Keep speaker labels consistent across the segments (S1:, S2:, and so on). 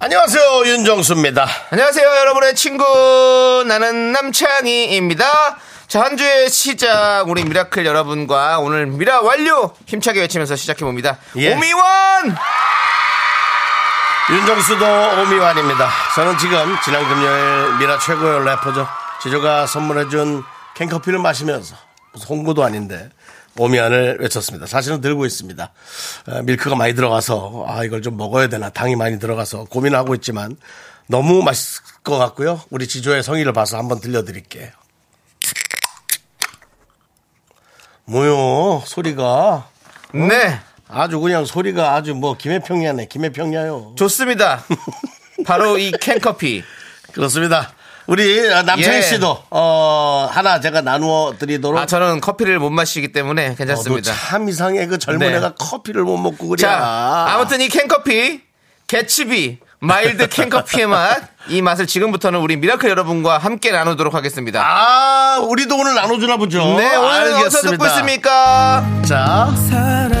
S1: 안녕하세요 윤정수입니다.
S2: 안녕하세요, 여러분의 친구 나는 남창희입니다. 자, 한 주의 시작 우리 미라클 여러분과 오늘 미라 완료 힘차게 외치면서 시작해 봅니다.
S1: 예.
S2: 오미원!
S1: 윤정수도 오미완입니다. 저는 지금 지난 금요일 미라 최고의 래퍼죠. 지조가 선물해준 캔커피를 마시면서 무슨 홍보도 아닌데 오미완을 외쳤습니다. 사실은 들고 있습니다. 아, 밀크가 많이 들어가서 아 이걸 좀 먹어야 되나 당이 많이 들어가서 고민하고 있지만 너무 맛있을 것 같고요. 우리 지조의 성의를 봐서 한번 들려드릴게요. 뭐요 소리가
S2: 네,
S1: 아주 그냥 소리가 아주 뭐 김해평야네 김해평야요.
S2: 좋습니다. 바로 이 캔커피.
S1: 그렇습니다. 우리 남창희
S2: 예.
S1: 씨도 어, 하나 제가 나누어 드리도록.
S2: 아, 저는 커피를 못 마시기 때문에 괜찮습니다.
S1: 어, 너참 이상해 그 젊은
S2: 네.
S1: 애가 커피를 못 먹고 그래.
S2: 자, 아무튼 이 캔커피, 개츠비, 마일드 캔커피의 맛, 이 맛을 지금부터는 우리 미라클 여러분과 함께 나누도록 하겠습니다.
S1: 아 우리도 오늘 나눠주나 보죠.
S2: 네, 오늘 어디서
S1: 알겠습니다.
S2: 듣고 있습니까?
S1: 자,
S3: 사랑해요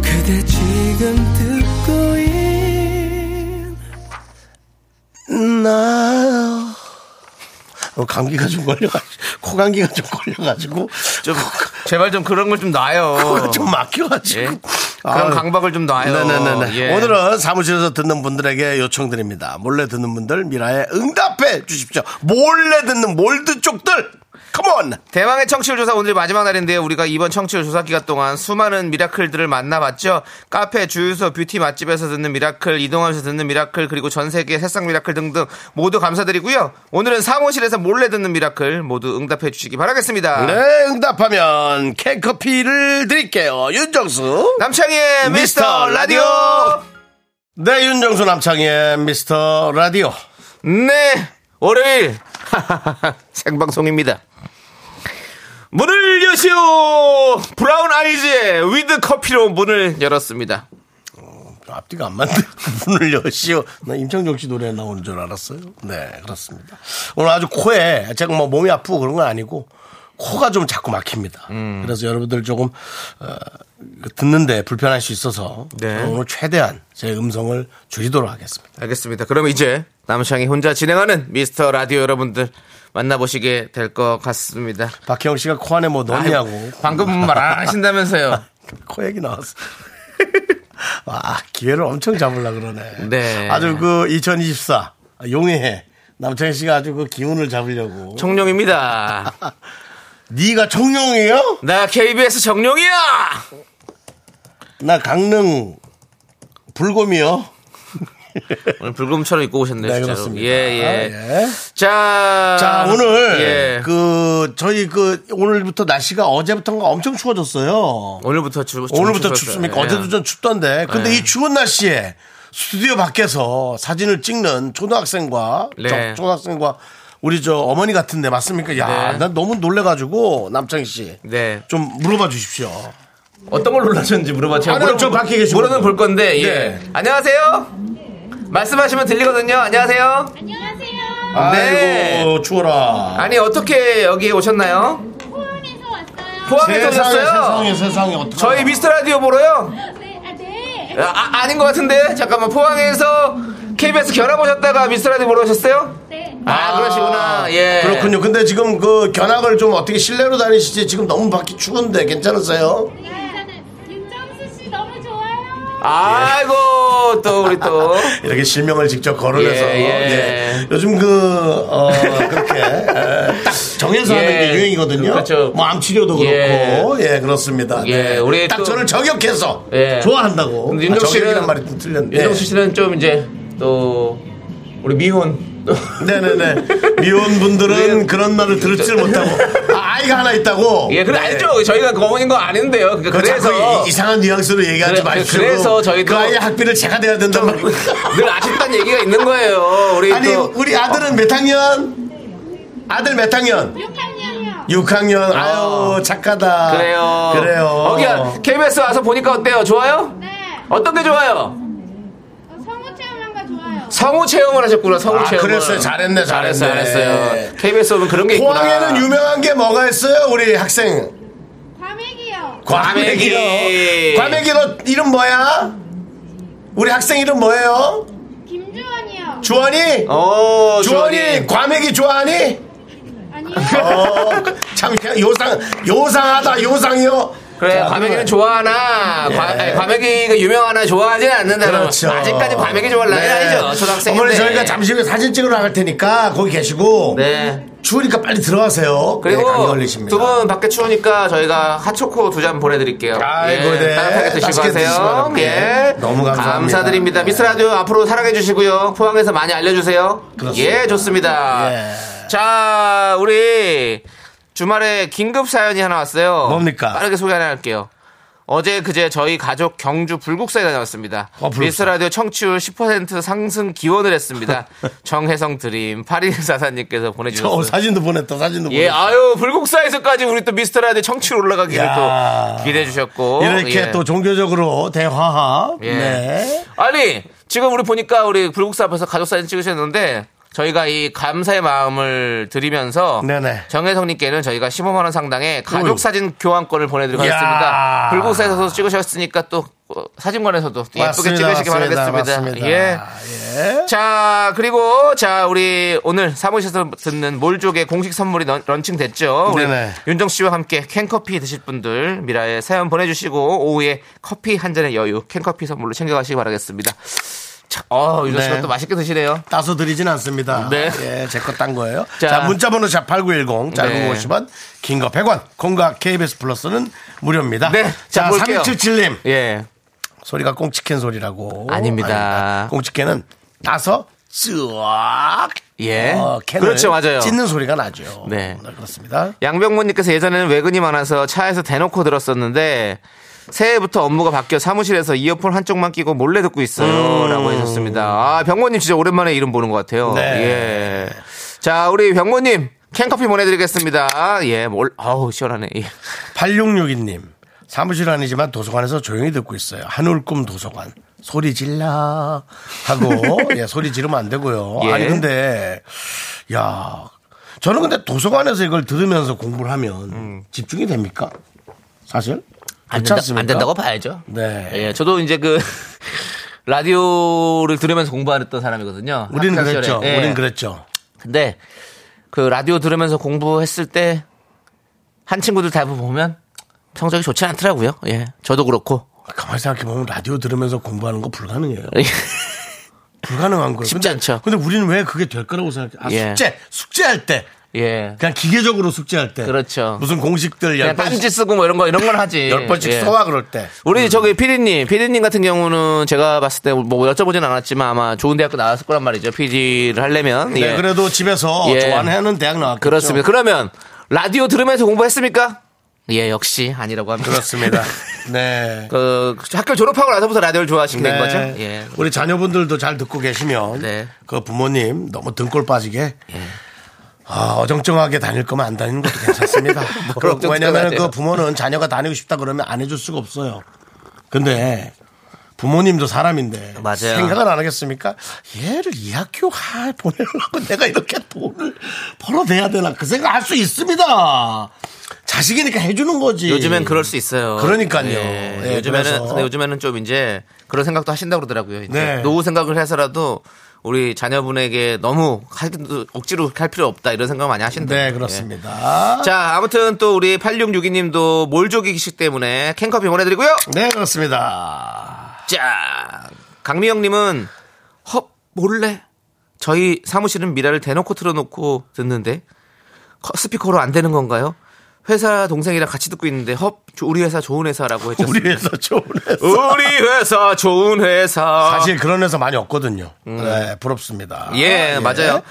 S3: 그대 지금 듣고 있
S1: 나 어, 감기가 좀 걸려가지고 코 감기가 좀 걸려가지고
S2: 좀, 제발 좀 그런 걸 좀 놔요.
S1: 코가 좀 막혀가지고.
S2: 예. 그런 강박을 좀 놔요.
S1: 네네네.
S2: 예.
S1: 오늘은 사무실에서 듣는 분들에게 요청드립니다. 몰래 듣는 분들 미라에 응답해 주십시오. 몰래 듣는 몰드 쪽들. 컴온.
S2: 대망의 청취율 조사 오늘 마지막 날인데요. 우리가 이번 청취율 조사 기간 동안 수많은 미라클들을 만나봤죠. 카페, 주유소, 뷰티 맛집에서 듣는 미라클, 이동하면서 듣는 미라클, 그리고 전 세계 새싹 미라클 등등 모두 감사드리고요. 오늘은 사무실에서 몰래 듣는 미라클 모두 응답해 주시기 바라겠습니다.
S1: 네, 응답하면 캔커피를 드릴게요. 윤정수.
S2: 남창희의 미스터 라디오.
S1: 네, 윤정수 남창의 미스터 라디오.
S2: 네, 월요일 생방송입니다. 문을 여시오. 브라운 아이즈의 위드 커피로 문을 열었습니다.
S1: 앞뒤가 안 맞네. 문을 여시오. 나 임창정 씨 노래 나오는 줄 알았어요. 네, 그렇습니다. 오늘 아주 코에 제가 뭐 몸이 아프고 그런 건 아니고 코가 좀 자꾸 막힙니다.
S2: 음.
S1: 그래서 여러분들 조금 어, 듣는데 불편할 수 있어서
S2: 네.
S1: 오늘 최대한 제 음성을 줄이도록 하겠습니다.
S2: 알겠습니다. 그럼 이제 남창이 혼자 진행하는 미스터 라디오 여러분들 만나보시게 될 것 같습니다.
S1: 박혜영 씨가 코 안에 뭐 넣냐고
S2: 아유, 방금 말 안 하신다면서요.
S1: 코 얘기 나왔어. 아, 기회를 엄청 잡으려 그러네.
S2: 네.
S1: 아주 그 2024 용해해. 남창희 씨가 아주 그 기운을 잡으려고.
S2: 정룡입니다.
S1: 네가 청룡이에요?
S2: 나 KBS 정룡이야.
S1: 나 강릉 불곰이요.
S2: 오늘 불금처럼 입고 오셨네요.
S1: 네,
S2: 진짜로.
S1: 그렇습니다.
S2: 예, 예.
S1: 아, 예.
S2: 자,
S1: 자, 오늘
S2: 아, 예.
S1: 그 저희 그 오늘부터 날씨가 어제부터가 엄청 추워졌어요.
S2: 오늘부터 추
S1: 오늘부터
S2: 추웠어요.
S1: 춥습니까?
S2: 예.
S1: 어제도 좀 춥던데. 근데
S2: 예.
S1: 이 추운 날씨에 스튜디오 밖에서 사진을 찍는 초등학생과
S2: 네.
S1: 저- 초등학생과 우리 저 어머니 같은데 맞습니까? 야,
S2: 네.
S1: 난 너무 놀래가지고 남창희 씨.
S2: 네.
S1: 좀 물어봐 주십시오.
S2: 어떤 걸 놀라셨는지 물어봐. 제가
S1: 아니, 저 밖에 계신
S2: 물어는
S1: 분.
S2: 볼 건데. 예.
S1: 네.
S2: 안녕하세요. 말씀하시면 들리거든요. 안녕하세요.
S1: 아.
S4: 안녕하세요.
S2: 네.
S1: 아이고 추워라.
S2: 아니 어떻게 여기 오셨나요?
S4: 포항에서 왔어요.
S2: 포항에서
S1: 세상에
S2: 오셨어요.
S1: 세상에 세상에 어떻게
S2: 저희 미스터 라디오 보러요.
S4: 네, 아, 네.
S2: 아, 아닌 것 같은데 잠깐만 포항에서 KBS 결합 오셨다가 미스터 라디오 보러 오셨어요?
S4: 네.
S2: 아, 그러시구나. 예.
S1: 그렇군요. 근데 지금 그 견학을 좀 어떻게 실내로 다니시지? 지금 너무 밖이 추운데 괜찮으세요?
S4: 네, 괜찮아요. 윤정수 씨 너무 좋아요.
S2: 아이고 또 우리 또
S1: 이렇게 실명을 직접 거론해서
S2: 예, 예.
S1: 예. 요즘 그 어, 그렇게 에, 딱 정해서
S2: 예.
S1: 하는 게 유행이거든요.
S2: 그렇죠.
S1: 뭐 암 치료도
S2: 예.
S1: 그렇고 예 그렇습니다.
S2: 예,
S1: 네.
S2: 우리
S1: 딱
S2: 또-
S1: 저를 저격해서
S2: 예.
S1: 좋아한다고.
S2: 근데 윤정
S1: 아, 저격이란
S2: 씨는-
S1: 말이 좀 틀렸네.
S2: 윤정수 씨는 좀 이제 또 우리 미혼 또
S1: 네네네 미혼 분들은 그런 말을 들을 줄 못하고 아, 아이가 하나 있다고.
S2: 그렇죠. 예, 그래 알죠. 저희가 어머니인 거 아는데요.
S1: 네.
S2: 그러니까
S1: 그거
S2: 그래서
S1: 자꾸 이- 이상한 뉘앙스로 얘기하지
S2: 그래-
S1: 마시고.
S2: 그래서 저희도-
S1: 그 아이 학비를 제가 내야 된단 말이고.
S2: 늘 아쉽다는 얘기가 있는 거예요. 우리
S1: 아니
S2: 또
S1: 우리 아들은 몇 학년? 아들 몇 학년?
S4: 6학년이요.
S1: 6학년. 아유 착하다.
S2: 그래요.
S1: 그래요.
S2: 어기야 KBS 와서 보니까 어때요? 좋아요?
S4: 네.
S2: 어떤 게 좋아요?
S4: 어, 성우 체험한 거 좋아요.
S2: 성우 체험을 하셨구나. 성우
S1: 아,
S2: 체험.
S1: 그랬어요. 잘했네, 잘했네.
S2: 잘했어요. 잘했어요. KBS 오면 그런 게 있구나.
S1: 포항에는 유명한 게 뭐가 있어요? 우리 학생.
S4: 과메기요.
S2: 과메기.
S1: 과메기요. 과메기 너 이름 뭐야? 우리 학생 이름 뭐예요?
S4: 김주원이요.
S1: 주원이?
S2: 어,
S1: 주원이,
S2: 주원이.
S1: 과메기 좋아하니?
S4: 아니요.
S1: 어, 참 그냥 요상 요상하다 요상이요.
S2: 그래,
S1: 자,
S2: 과메기는 좋아하나, 과,
S1: 예.
S2: 아니, 과메기가 유명하나 좋아하진 않는다.
S1: 그렇죠.
S2: 아직까지 과메기 좋아할 나이
S1: 네.
S2: 아니죠. 초등학생.
S1: 어머니 저희가 잠시 후에 사진 찍으러 나갈 테니까 거기 계시고
S2: 네.
S1: 추우니까 빨리 들어가세요. 네, 감기
S2: 그리고
S1: 걸리십니다.
S2: 두 분 밖에 추우니까 저희가 핫초코 두 잔 보내드릴게요. 예,
S1: 아이고, 네.
S2: 따뜻하게 드시고
S1: 맛있게 드시기
S2: 하세요.
S1: 바랍니다.
S2: 예.
S1: 너무 감사합니다.
S2: 드립니다
S1: 네.
S2: 미스라디오 앞으로 사랑해주시고요. 포항에서 많이 알려주세요.
S1: 그렇습니다.
S2: 예, 좋습니다.
S1: 예.
S2: 자, 우리 주말에 긴급 사연이 하나 왔어요.
S1: 뭡니까?
S2: 빠르게 소개 하나 할게요. 어제 그제 저희 가족 경주 불국사에 다녀왔습니다.
S1: 어, 불국사.
S2: 미스 라디오 청취율 10% 상승 기원을 했습니다. 정혜성 드림 8144님께서
S1: 저
S2: 보내주셨어요.
S1: 어, 사진도 보냈다 사진도
S2: 예,
S1: 보냈다.
S2: 아유, 불국사에서까지 우리 또 미스터라이드 청취율 올라가기를
S1: 야.
S2: 또 기대해 주셨고.
S1: 이렇게
S2: 예.
S1: 또 종교적으로 대화합.
S2: 예.
S1: 네.
S2: 아니, 지금 우리 보니까 우리 불국사 앞에서 가족 사진 찍으셨는데 저희가 이 감사의 마음을 드리면서
S1: 네네.
S2: 정혜성님께는 저희가 15만 원 상당의 가족
S1: 어이.
S2: 사진 교환권을 보내드리고
S1: 야.
S2: 하겠습니다. 불국사에서도 찍으셨으니까 또 어, 사진관에서도 예쁘게
S1: 맞습니다,
S2: 찍으시기
S1: 맞습니다,
S2: 바라겠습니다.
S1: 맞습니다.
S2: 예.
S1: 예.
S2: 자 그리고 자 우리 오늘 사무실에서 듣는 몰족의 공식 선물이 런, 런칭 됐죠. 우리
S1: 네네.
S2: 윤정 씨와 함께 캔커피 드실 분들 미라에 사연 보내주시고 오후에 커피 한 잔의 여유 캔커피 선물로 챙겨가시기 바라겠습니다. 자, 어 윤정 씨가
S1: 네.
S2: 또 맛있게 드시네요.
S1: 따서 드리진 않습니다.
S2: 네.
S1: 예, 제 거 딴 거예요.
S2: 자.
S1: 자, 문자번호 샵8910, 짧은
S2: 네.
S1: 50원, 긴 거 100원, 공과 KBS 플러스는 무료입니다.
S2: 네, 자,
S1: 자,
S2: 볼게요.
S1: 3277님.
S2: 예.
S1: 소리가 꽁치캔 소리라고.
S2: 아닙니다.
S1: 꽁치캔은 따서 쯔악.
S2: 예.
S1: 어, 캔을
S2: 그렇죠, 맞아요.
S1: 찢는 소리가 나죠.
S2: 네.
S1: 그렇습니다.
S2: 양병모님께서 예전에는 외근이 많아서 차에서 대놓고 들었었는데 새해부터 업무가 바뀌어 사무실에서 이어폰 한쪽만 끼고 몰래 듣고 있어요라고 해주셨습니다. 아 병모님 진짜 오랜만에 이름 보는 것 같아요.
S1: 네.
S2: 예. 자 우리 병모님 캔커피 보내드리겠습니다. 예, 몰, 아우 시원하네. 예.
S1: 8662님. 사무실 아니지만 도서관에서 조용히 듣고 있어요. 한울꿈 도서관. 소리 질라 하고 예, 소리 지르면 안 되고요.
S2: 예.
S1: 아니 근데 야 저는 근데 도서관에서 이걸 들으면서 공부를 하면 집중이 됩니까? 사실
S2: 음. 안,
S1: 그렇지
S2: 된다,
S1: 않습니까?
S2: 고 봐야죠.
S1: 네.
S2: 예, 저도 이제 그 라디오를 들으면서 공부했던 사람이거든요.
S1: 우리는
S2: 학창 시절에.
S1: 그랬죠.
S2: 예.
S1: 우리는 그랬죠.
S2: 근데 그 라디오 들으면서 공부했을 때 한 친구들 대부분 보면 성적이 좋지 않더라고요. 예. 저도 그렇고.
S1: 가만히 생각해 보면 라디오 들으면서 공부하는 거 불가능해요.
S2: 예.
S1: 불가능한 거예요.
S2: 쉽지
S1: 근데-
S2: 않죠.
S1: 근데 우리는 왜 그게 될 거라고 생각해? 아,
S2: 예.
S1: 숙제 숙제할 때
S2: 예.
S1: 그냥 기계적으로 숙제할 때
S2: 그렇죠.
S1: 무슨 공식들 열
S2: 그냥
S1: 번씩
S2: 딴지 쓰고 뭐 이런 거 이런 건 하지.
S1: 열 번씩
S2: 예.
S1: 써와 그럴 때.
S2: 우리 저기 피디님, 피디님 같은 경우는 제가 봤을 때 뭐 여쭤보진 않았지만 아마 좋은 대학교 나왔을 거란 말이죠. 피디를 하려면.
S1: 네,
S2: 예.
S1: 그래도 집에서
S2: 예.
S1: 좋아하는 대학 나왔겠죠.
S2: 그렇습니다. 그러면 라디오 들으면서 공부했습니까? 예, 역시 아니라고 합니다.
S1: 그렇습니다. 네.
S2: 그 학교 졸업하고 나서부터 라디오를 좋아하시게 된
S1: 네.
S2: 거죠? 예.
S1: 우리 자녀분들도 잘 듣고 계시면
S2: 네. 예.
S1: 그 부모님 너무 등골 빠지게 아, 어정쩡하게 다닐 거면 안 다니는 것도 괜찮습니다. 그,
S2: 뭐 어정쩡하게
S1: 왜냐면
S2: 다녀요.
S1: 그 부모는 자녀가 다니고 싶다 그러면 안 해줄 수가 없어요. 근데 부모님도 사람인데
S2: 맞아요.
S1: 생각을 안 하겠습니까? 얘를 이 학교 가 보내려고 내가 이렇게 돈을 벌어대야 되나 그 생각 할 수 있습니다. 자식이니까 해주는 거지.
S2: 요즘엔 그럴 수 있어요.
S1: 예. 그러니까요.
S2: 예,
S1: 예,
S2: 요즘에는
S1: 그래서.
S2: 근데 요즘에는 좀 이제 그런 생각도 하신다고 그러더라고요. 이제
S1: 네.
S2: 노후 생각을 해서라도 우리 자녀분에게 너무 하기도 억지로 할 필요 없다 이런 생각 을 많이 하신다.
S1: 네 그렇습니다.
S2: 예. 자, 아무튼 또 우리 8662님도 몰조기식 때문에 캔커피 보내드리고요.
S1: 네 그렇습니다.
S2: 자, 강미영님은 헉 몰래 저희 사무실은 미라를 대놓고 틀어놓고 듣는데 커- 스피커로 안 되는 건가요? 회사 동생이랑 같이 듣고 있는데 헉 조- 우리 회사 좋은 회사라고 했죠.
S1: 우리 회사 좋은 회사.
S2: 우리 회사 좋은 회사.
S1: 사실 그런 회사 많이 없거든요. 네 부럽습니다.
S2: 예, 음. 맞아요.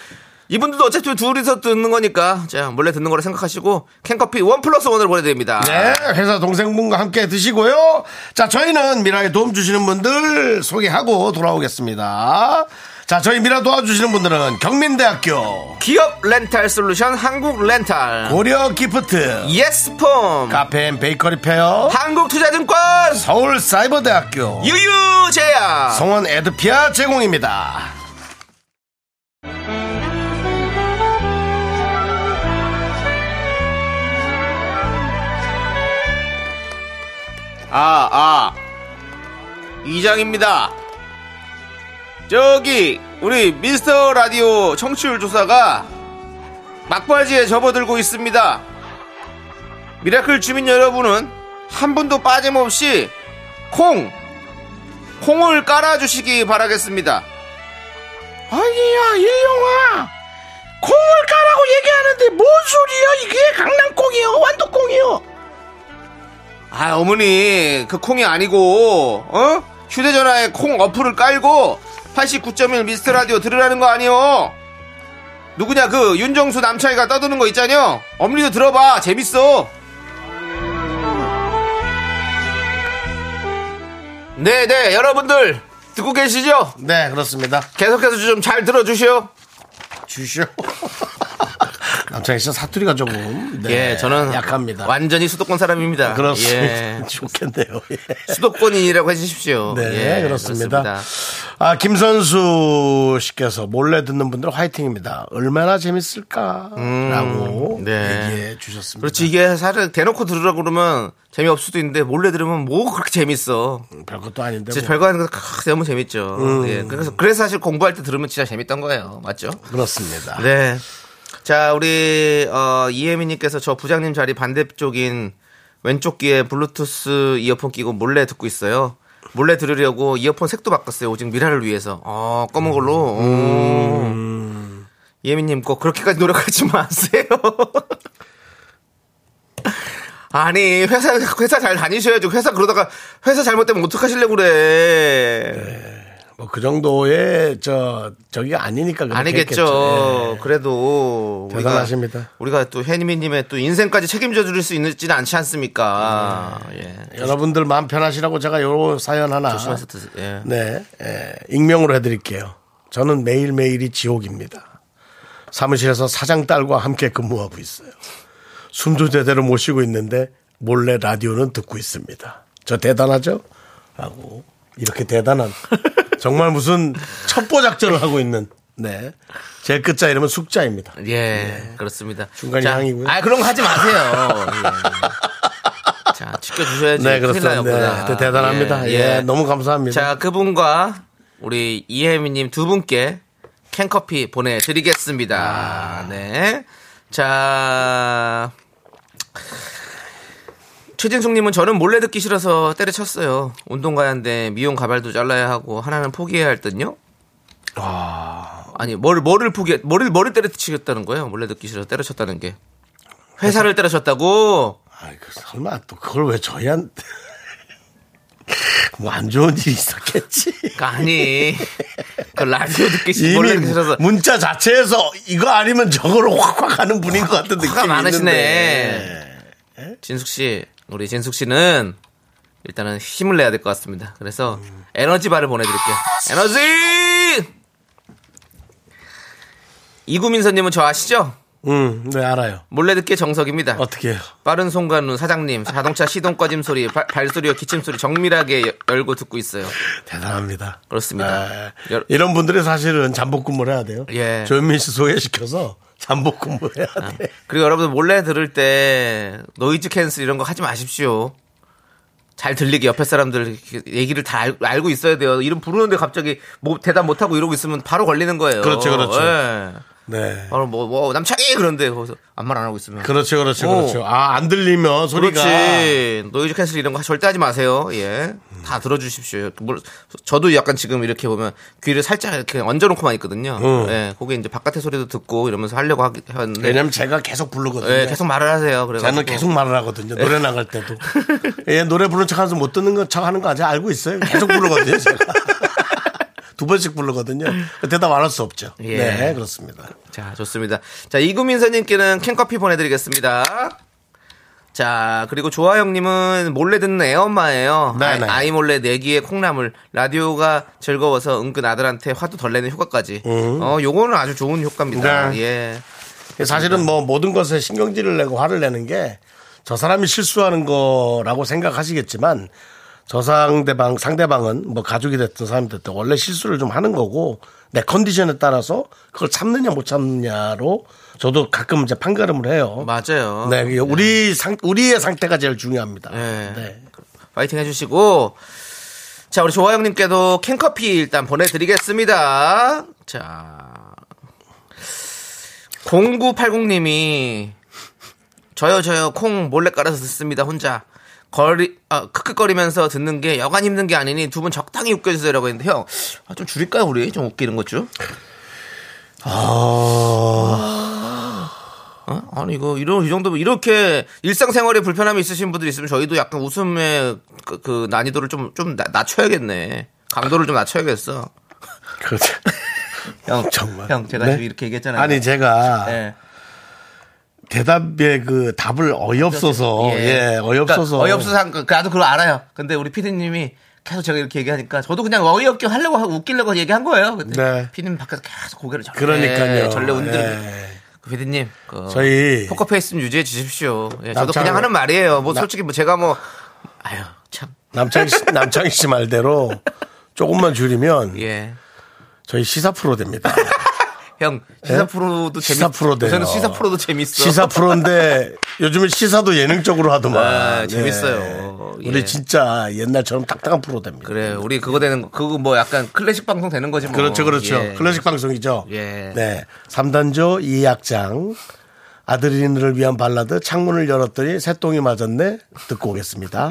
S2: 이분들도 어차피 둘이서 듣는 거니까 자 몰래 듣는 거라 생각하시고 캔커피 원 플러스 원을 보내드립니다.
S1: 네, 회사 동생분과 함께 드시고요. 자, 저희는 미라에 도움 주시는 분들 소개하고 돌아오겠습니다. 자, 저희 미라 도와주시는 분들은 경민대학교,
S2: 기업 렌탈 솔루션 한국 렌탈
S1: 고려 기프트,
S2: 예. 예스폼
S1: 카페 앤 베이커리 페어,
S2: 한국투자증권
S1: 서울 사이버대학교,
S2: 예. 유유제야
S1: 성원 에드피아 제공입니다.
S2: 아 아 이장입니다 저기 우리 미스터 라디오 청취율 조사가 막바지에 접어들고 있습니다 미라클 주민 여러분은 한 분도 빠짐없이 콩 콩을 깔아주시기 바라겠습니다 아니야 일용아 콩을 깔아고 얘기하는데 뭔 소리야 이게 강남콩이요 완도콩이요 아 어머니 그 콩이 아니고 어 휴대전화에 콩 어플을 깔고 89.1 미스터 라디오 들으라는 거 아니요 누구냐 그 윤정수 남창이가 떠드는 거 있잖여 엄리도 들어봐 재밌어 네네 여러분들 듣고 계시죠
S1: 네, 그렇습니다.
S2: 계속해서 좀 잘 들어주시오
S1: 주시오. 남창희 씨 사투리가 조금 네,
S2: 예 저는
S1: 약합니다.
S2: 완전히 수도권 사람입니다
S1: 그렇습니다.
S2: 예,
S1: 좋겠네요. 예.
S2: 수도권인이라고 해주십시오
S1: 네,
S2: 예,
S1: 그렇습니다. 아, 김선수 씨께서 몰래 듣는 분들 화이팅입니다. 얼마나 재밌을까라고
S2: 네.
S1: 얘기해 주셨습니다.
S2: 그렇지 이게 사실 대놓고 들으라고 그러면 재미없을 수도 있는데 몰래 들으면 뭐 그렇게 재밌어
S1: 별것도 아닌데.
S2: 진짜
S1: 뭐.
S2: 별거 아닌 거다 너무 재밌죠 예, 그래서 그래서 사실 공부할 때 들으면 진짜 재밌던 거예요 맞죠
S1: 그렇습니다.
S2: 네. 네자 우리 어, 이혜민님께서 저 부장님 자리 반대쪽인 왼쪽 귀에 블루투스 이어폰 끼고 몰래 듣고 있어요 몰래 들으려고 이어폰 색도 바꿨어요 오직 미라를 위해서 어 검은 걸로
S1: 음.
S2: 어. 이혜민님 꼭 그렇게까지 노력하지 마세요 아니 회사 회사 잘 다니셔야죠. 회사 그러다가 회사 잘못되면 어떡하시려고 그래.
S1: 뭐 그 정도의 저 저기가 아니니까 그렇게 했겠죠.
S2: 아니겠죠.
S1: 예.
S2: 그래도 우리가-
S1: 대단하십니다.
S2: 우리가, 또 혜님이님의 또 인생까지 책임져 드릴 수 있는지는 않지 않습니까?
S1: 네.
S2: 예.
S1: 여러분들 마음 편하시라고 제가 요 사연 하나
S2: 조심해서 드세요. 예.
S1: 네, 예, 익명으로 해드릴게요. 저는 매일 매일이 지옥입니다. 사무실에서 사장 딸과 함께 근무하고 있어요. 숨도 제대로 못 쉬고 있는데 몰래 라디오는 듣고 있습니다. 저 대단하죠? 하고 이렇게 대단한 정말 무슨 첩보 작전을 하고 있는 네. 제 끝자 이름은 숙자입니다.
S2: 예, 그렇습니다.
S1: 네. 중간이
S2: 자,
S1: 향이고요.
S2: 아 그런 거 하지 마세요. 예. 자 지켜주셔야지.
S1: 네,
S2: 큰일
S1: 그렇습니다.
S2: 나요,
S1: 네,
S2: 보다.
S1: 대- 대단합니다. 예, 너무 감사합니다.
S2: 자, 그분과 우리 이혜미님 두 분께 캔커피 보내드리겠습니다. 네. 자. 최진숙님은 저는 몰래 듣기 싫어서 때려쳤어요. 운동 가야한데 미용 가발도 잘라야 하고 하나는 포기해야 할 듯요. 아니 뭘 뭐를 포기 머리를 머리 때려치겠다는 거예요. 몰래 듣기 싫어서 때려쳤다는 게 회사를 때려쳤다고.
S1: 아이, 그 설마 또 그걸 왜 저희한테 뭐 안 좋은 일이 있었겠지.
S2: 그러니까 아니 그 라디오 듣기 싫어 몰래
S1: 이미
S2: 듣기 싫어서
S1: 문자 자체에서 이거 아니면 저거로 확확 하는 분인 것 같은 느낌이
S2: 화가 많으시네.
S1: 있는데.
S2: 진숙 씨, 우리 진숙 씨는 일단은 힘을 내야 될 것 같습니다. 그래서 에너지 바를 보내드릴게요. 에너지! 이구민서님은 저 아시죠?
S1: 음, 네 알아요.
S2: 몰래 듣기 정석입니다.
S1: 어떻게 해요?
S2: 빠른 송관훈 사장님 자동차 시동 꺼짐 소리 발, 발소리와 기침 소리 정밀하게 여- 열고 듣고 있어요.
S1: 대단합니다.
S2: 그렇습니다.
S1: 네.
S2: 여-
S1: 이런 분들이 사실은 잠복 근무를 해야 돼요.
S2: 예. 아.
S1: 조현민 씨 소개시켜서 잠복 근무를 해야 돼.
S2: 그리고 여러분들 몰래 들을 때 노이즈 캔슬 이런 거 하지 마십시오. 잘 들리게 옆에 사람들 이렇게 얘기를 다 알, 알고 있어야 돼요. 이름 부르는데 갑자기 뭐 대답 못 하고 이러고 있으면 바로 걸리는 거예요.
S1: 그렇죠, 그렇죠.
S2: 예.
S1: 네.
S2: 바로 뭐, 뭐 남창이 그런데 거기서 아무 말 안 하고 있으면.
S1: 그렇죠, 그렇죠,
S2: 오.
S1: 그렇죠. 아, 안 들리면 소리가.
S2: 그렇지. 노이즈 캔슬 이런 거 절대 하지 마세요. 예. 다 들어주십시오. 뭘- 저도 약간 지금 이렇게 보면 귀를 살짝 이렇게 얹어놓고만 있거든요. 예. 그게 이제 바깥의 소리도 듣고 이러면서 하려고 하기, 하는데.
S1: 음. 왜냐면 제가 계속 부르거든요.
S2: 예, 네. 계속 말을 하세요. 그래서
S1: 저는 계속 말을 하거든요. 노래 나갈 때도. 예, 노래 부르는 척 하면서 못 듣는 척 하는 거 아직 알고 있어요. 계속 부르거든요, 제가. 두 번씩 부르거든요. 대답 안 할 수 없죠.
S2: 예.
S1: 네, 그렇습니다.
S2: 자, 좋습니다. 자, 이구민서님께는 캔커피 보내드리겠습니다. 자, 그리고 조아영님은 몰래 듣는 애엄마예요.
S1: 네,
S2: 아이,
S1: 네.
S2: 아이 몰래 내기에 콩나물. 라디오가 즐거워서 은근 아들한테 화도 덜 내는 효과까지. 어, 요거는 아주 좋은 효과입니다.
S1: 음. 네.
S2: 예.
S1: 사실은 뭐 모든 것에 신경질을 내고 화를 내는 게 저 사람이 실수하는 거라고 생각하시겠지만 저 상대방 상대방은 뭐 가족이 됐든 사람이 됐든 원래 실수를 좀 하는 거고 내 컨디션에 따라서 그걸 참느냐 못 참느냐로 저도 가끔 이제 판가름을 해요.
S2: 맞아요.
S1: 네, 이게 우리 상 우리의 상태가 제일 중요합니다.
S2: 네.
S1: 네.
S2: 파이팅 해주시고. 자, 우리 조아영님께도 캔커피 일단 보내드리겠습니다. 자. 0980님이 저요, 저요, 콩 몰래 깔아서 듣습니다, 혼자. 거리, 아, 크크거리면서 듣는 게 여간 힘든 게 아니니 두 분 적당히 웃겨주세요라고 했는데, 형, 아, 좀 줄일까요, 우리? 좀 웃기는 것 좀? 어? 아니 이거 이런 이 정도면 이렇게 일상생활에 불편함이 있으신 분들 있으면 저희도 약간 웃음의 그, 그 난이도를 좀 좀 낮춰야겠네. 강도를 좀 낮춰야겠어.
S1: 그렇죠.
S2: 형
S1: 정말.
S2: 형 제가
S1: 네?
S2: 지금 이렇게 얘기했잖아요.
S1: 아니 제가
S2: 예.
S1: 대답에 그 답을 어이없어서 예, 어이없어서
S2: 그러니까 어이없어서 한 거, 그, 나도 그거 알아요. 근데 우리 피디님이 계속 제가 이렇게 얘기하니까 저도 그냥 어이없게 하려고 하고 웃기려고 얘기한 거예요. 근데
S1: 네.
S2: 피디님 밖에서 계속 고개를 절레
S1: 그러니까요.
S2: 절레 네, 흔들고
S1: 예.
S2: 그 피디님, 그
S1: 저희
S2: 포커페이스 좀 유지해 주십시오. 예, 저도
S1: 남창-
S2: 그냥 하는 말이에요. 뭐 솔직히 뭐 제가 뭐 아유 참
S1: 남창희 씨, 남창희 씨 말대로 조금만 줄이면
S2: 예.
S1: 저희 시사 프로 됩니다.
S2: 형 시사
S1: 예?
S2: 프로도 재밌
S1: 시사 프로 돼요.
S2: 저는 시사 프로도 재밌어.
S1: 시사 프로인데 요즘은 시사도 예능적으로 하더만.
S2: 아,
S1: 네.
S2: 재밌어요. 예.
S1: 우리 진짜 옛날처럼 딱딱한 프로 됩니다.
S2: 그래 우리 그거 되는 거- 그거 뭐 약간 클래식 방송 되는 거지 뭐.
S1: 그렇죠, 그렇죠.
S2: 예.
S1: 클래식 방송이죠.
S2: 예.
S1: 네. 3단조 이약장. 아드리너를 위한 발라드 창문을 열었더니 새똥이 맞았네 듣고 오겠습니다.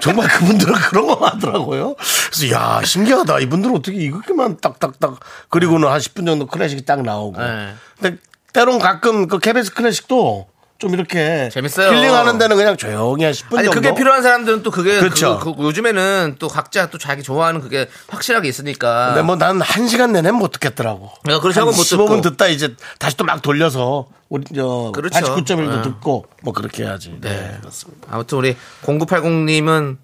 S1: 정말 그분들은 그런 거 하더라고요. 그래서 야 신기하다 이분들은 어떻게 이렇게만 딱딱딱 그리고는 한 10분 정도 클래식이 딱 나오고.
S2: 네.
S1: 근데 때론 가끔 그 KBS 클래식도 좀 이렇게
S2: 재밌어요.
S1: 힐링하는 데는 그냥 조용히 한 10분
S2: 아니
S1: 정도.
S2: 그게 필요한 사람들은 또 그게
S1: 그렇죠.
S2: 그- 그- 요즘에는 또 각자 또 자기 좋아하는 그게 확실하게 있으니까.
S1: 근데 뭐 난 한 시간 내내 못 듣겠더라고.
S2: 야, 아. 그렇지 않으면 못
S1: 15분
S2: 듣고.
S1: 듣다 이제 다시 또 막 돌려서 우리 저
S2: 그렇죠.
S1: 89.1도
S2: 예.
S1: 듣고 뭐 그렇게 해야지. 네, 그렇습니다.
S2: 아무튼 우리 0980님은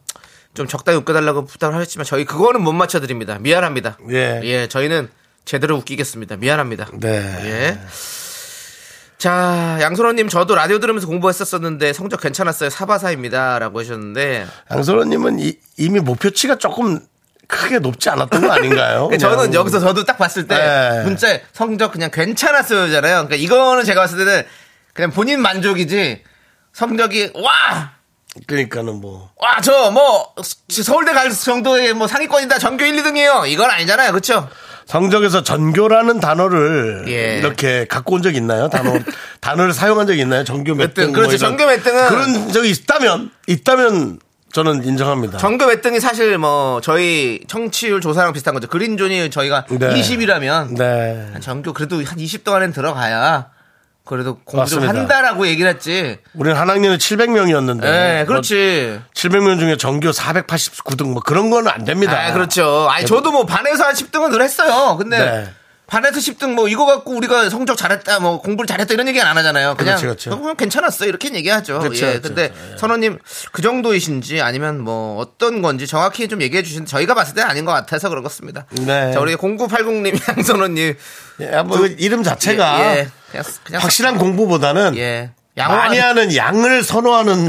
S2: 좀 적당히 웃겨달라고 부탁을 하셨지만 저희 그거는 못 맞춰드립니다. 미안합니다.
S1: 예.
S2: 저희는 제대로 웃기겠습니다. 미안합니다.
S1: 네.
S2: 예. 자, 양선호님 저도 라디오 들으면서 공부했었었는데 성적 괜찮았어요. 사바사입니다라고 하셨는데
S1: 양선호님은 이, 이미 목표치가 조금 크게 높지 않았던 거 아닌가요?
S2: 네, 그러니까 저는
S1: 그냥.
S2: 여기서 저도 딱 봤을 때
S1: 예.
S2: 문자 에 성적 그냥 괜찮았어요잖아요. 그러니까 이거는 제가 봤을 때는 그냥 본인 만족이지 성적이 와
S1: 그러니까는 뭐
S2: 와, 저, 뭐, 서울대 갈 정도의 뭐 상위권이다. 전교 1, 2등이에요. 이건 아니잖아요. 그쵸?
S1: 성적에서 전교라는 단어를
S2: 예.
S1: 이렇게 갖고 온 적 있나요? 단어 단어를 사용한 적 있나요? 전교 몇
S2: 몇 등,
S1: 등? 뭐
S2: 그렇죠.
S1: 이런.
S2: 전교 몇 등은-
S1: 그런 적이 있다면 있다면 저는 인정합니다.
S2: 전교 몇 등이 사실 뭐, 저희 청취율 조사랑 비슷한 거죠. 그린존이 저희가
S1: 네.
S2: 20이라면.
S1: 네.
S2: 한 전교 그래도 한 20 동안엔 들어가야. 그래도 공부 좀
S1: 맞습니다.
S2: 한다라고 얘기를 했지.
S1: 우리는 한 학년에 700명이었는데.
S2: 예,
S1: 뭐
S2: 그렇지.
S1: 700명 중에 전교 489등 뭐 그런 거는 안 됩니다.
S2: 아, 그렇죠. 아니, 저도 뭐, 반에서 한 10등은 늘 했어요. 근데.
S1: 네.
S2: 반에서 10등 뭐 이거 갖고 우리가 성적 잘했다 뭐 공부를 잘했다 이런 얘기는 안 하잖아요. 그냥
S1: 그렇죠, 그렇죠.
S2: 그냥 괜찮았어 이렇게 얘기하죠.
S1: 그렇죠,
S2: 예.
S1: 그렇죠,
S2: 근데
S1: 그렇죠.
S2: 선호님 그 정도이신지 아니면 뭐 어떤 건지 정확히 좀 얘기해 주신 저희가 봤을 때 아닌 것 같아서 그런 것습니다.
S1: 네.
S2: 자 우리 0980님 양선호님
S1: 예, 뭐그 이름 자체가
S2: 예, 예. 그냥, 그냥
S1: 확실한 공부보다는
S2: 예
S1: 많이
S2: 양호하다
S1: 하는 양을 선호하는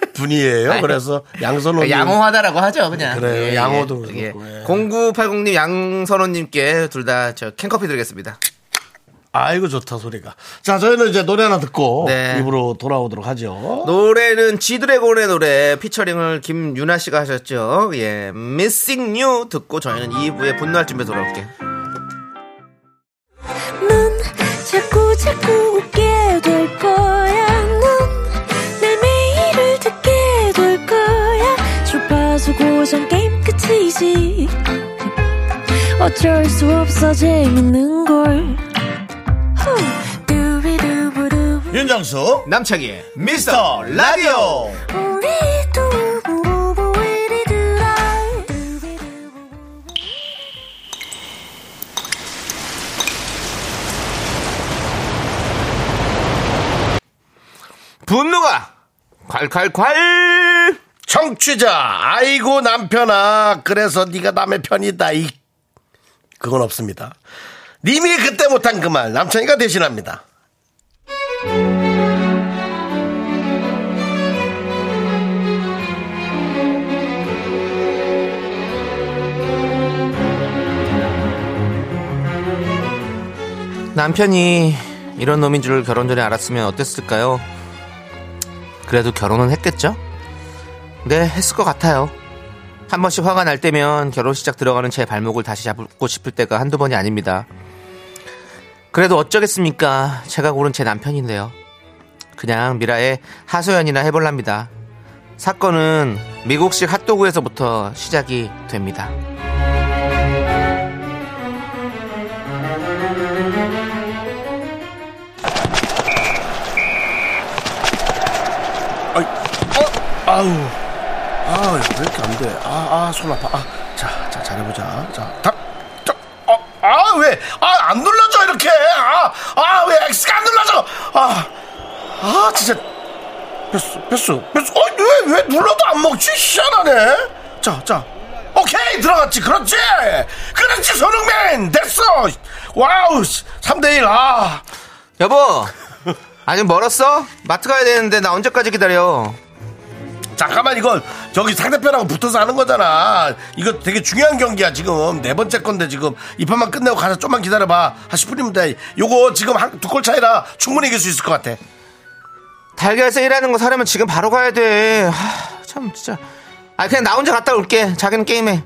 S1: 분이에요.
S2: 아니,
S1: 그래서 양선호
S2: 그러니까 양호하다라고 하죠 그냥 예.
S1: 그래요, 양호도 그렇고, 예.
S2: 0980님 양선호님께 둘 다 저 캔커피 드리겠습니다.
S1: 아이고 좋다 소리가. 자, 저희는 이제 노래 하나 듣고
S2: 네.
S1: 입으로 돌아오도록 하죠.
S2: 노래는 지드래곤의 노래 피처링을 김윤아 씨가 하셨죠. 예, Missing You 듣고 저희는 2부에 분노할 준비 돌아올게요.
S5: 넌 자꾸 자꾸 웃게 될 거야. 넌내 매일을 듣게 될 거야. 주파수 고정 게임 끝이지. 어쩔 수 없어 재밌는 걸. 후. 두비두부두.
S1: 윤정수
S2: 남창희의 미스터 라디오.
S5: 우리 두부부부 우리 두라. 두비두부부.
S2: 분노가 콸콸콸
S1: 청취자 아이고 남편아 그래서 네가 남의 편이다 이 그건 없습니다 님이 그때 못한 그 말 남편이가 대신합니다
S2: 남편이 이런 놈인 줄 결혼 전에 알았으면 어땠을까요? 그래도 결혼은 했겠죠? 네, 했을 것 같아요. 한 번씩 화가 날 때면 결혼 시작 들어가는 제 발목을 다시 잡고 싶을 때가 한두 번이 아닙니다. 그래도 어쩌겠습니까? 제가 고른 제 남편인데요. 그냥 미라의 하소연이나 해볼랍니다. 사건은 미국식 핫도그에서부터 시작이 됩니다.
S1: 어? 아우 아왜 이렇게 안돼 아아손 아파 아자자 잘해보자 어, 자딱아왜 아 안 눌러져 이렇게 아아왜 X가 안 눌러져 아아 진짜 뺐어 뺐어 뺐어 어왜왜 눌러도 안 먹지 희한하네 자자 오케이 들어갔지 그렇지 그렇지 손흥민 됐어 와우 3대1 아
S2: 여보! 아니, 멀었어? 마트 가야 되는데 나 언제까지 기다려?
S1: 잠깐만 이건 저기 상대편하고 붙어서 하는 거잖아. 이거 되게 중요한 경기야 지금 네 번째 건데 지금 이 판만 끝내고 가서 좀만 기다려봐. 한 10분이면 돼. 요거 지금 두 골 차이라 충분히 이길 수 있을 것 같아.
S2: 달걀 세일하는 거 사려면 지금 바로 가야 돼. 하, 참 진짜. 아 그냥 나 혼자 갔다 올게. 자기는 게임해.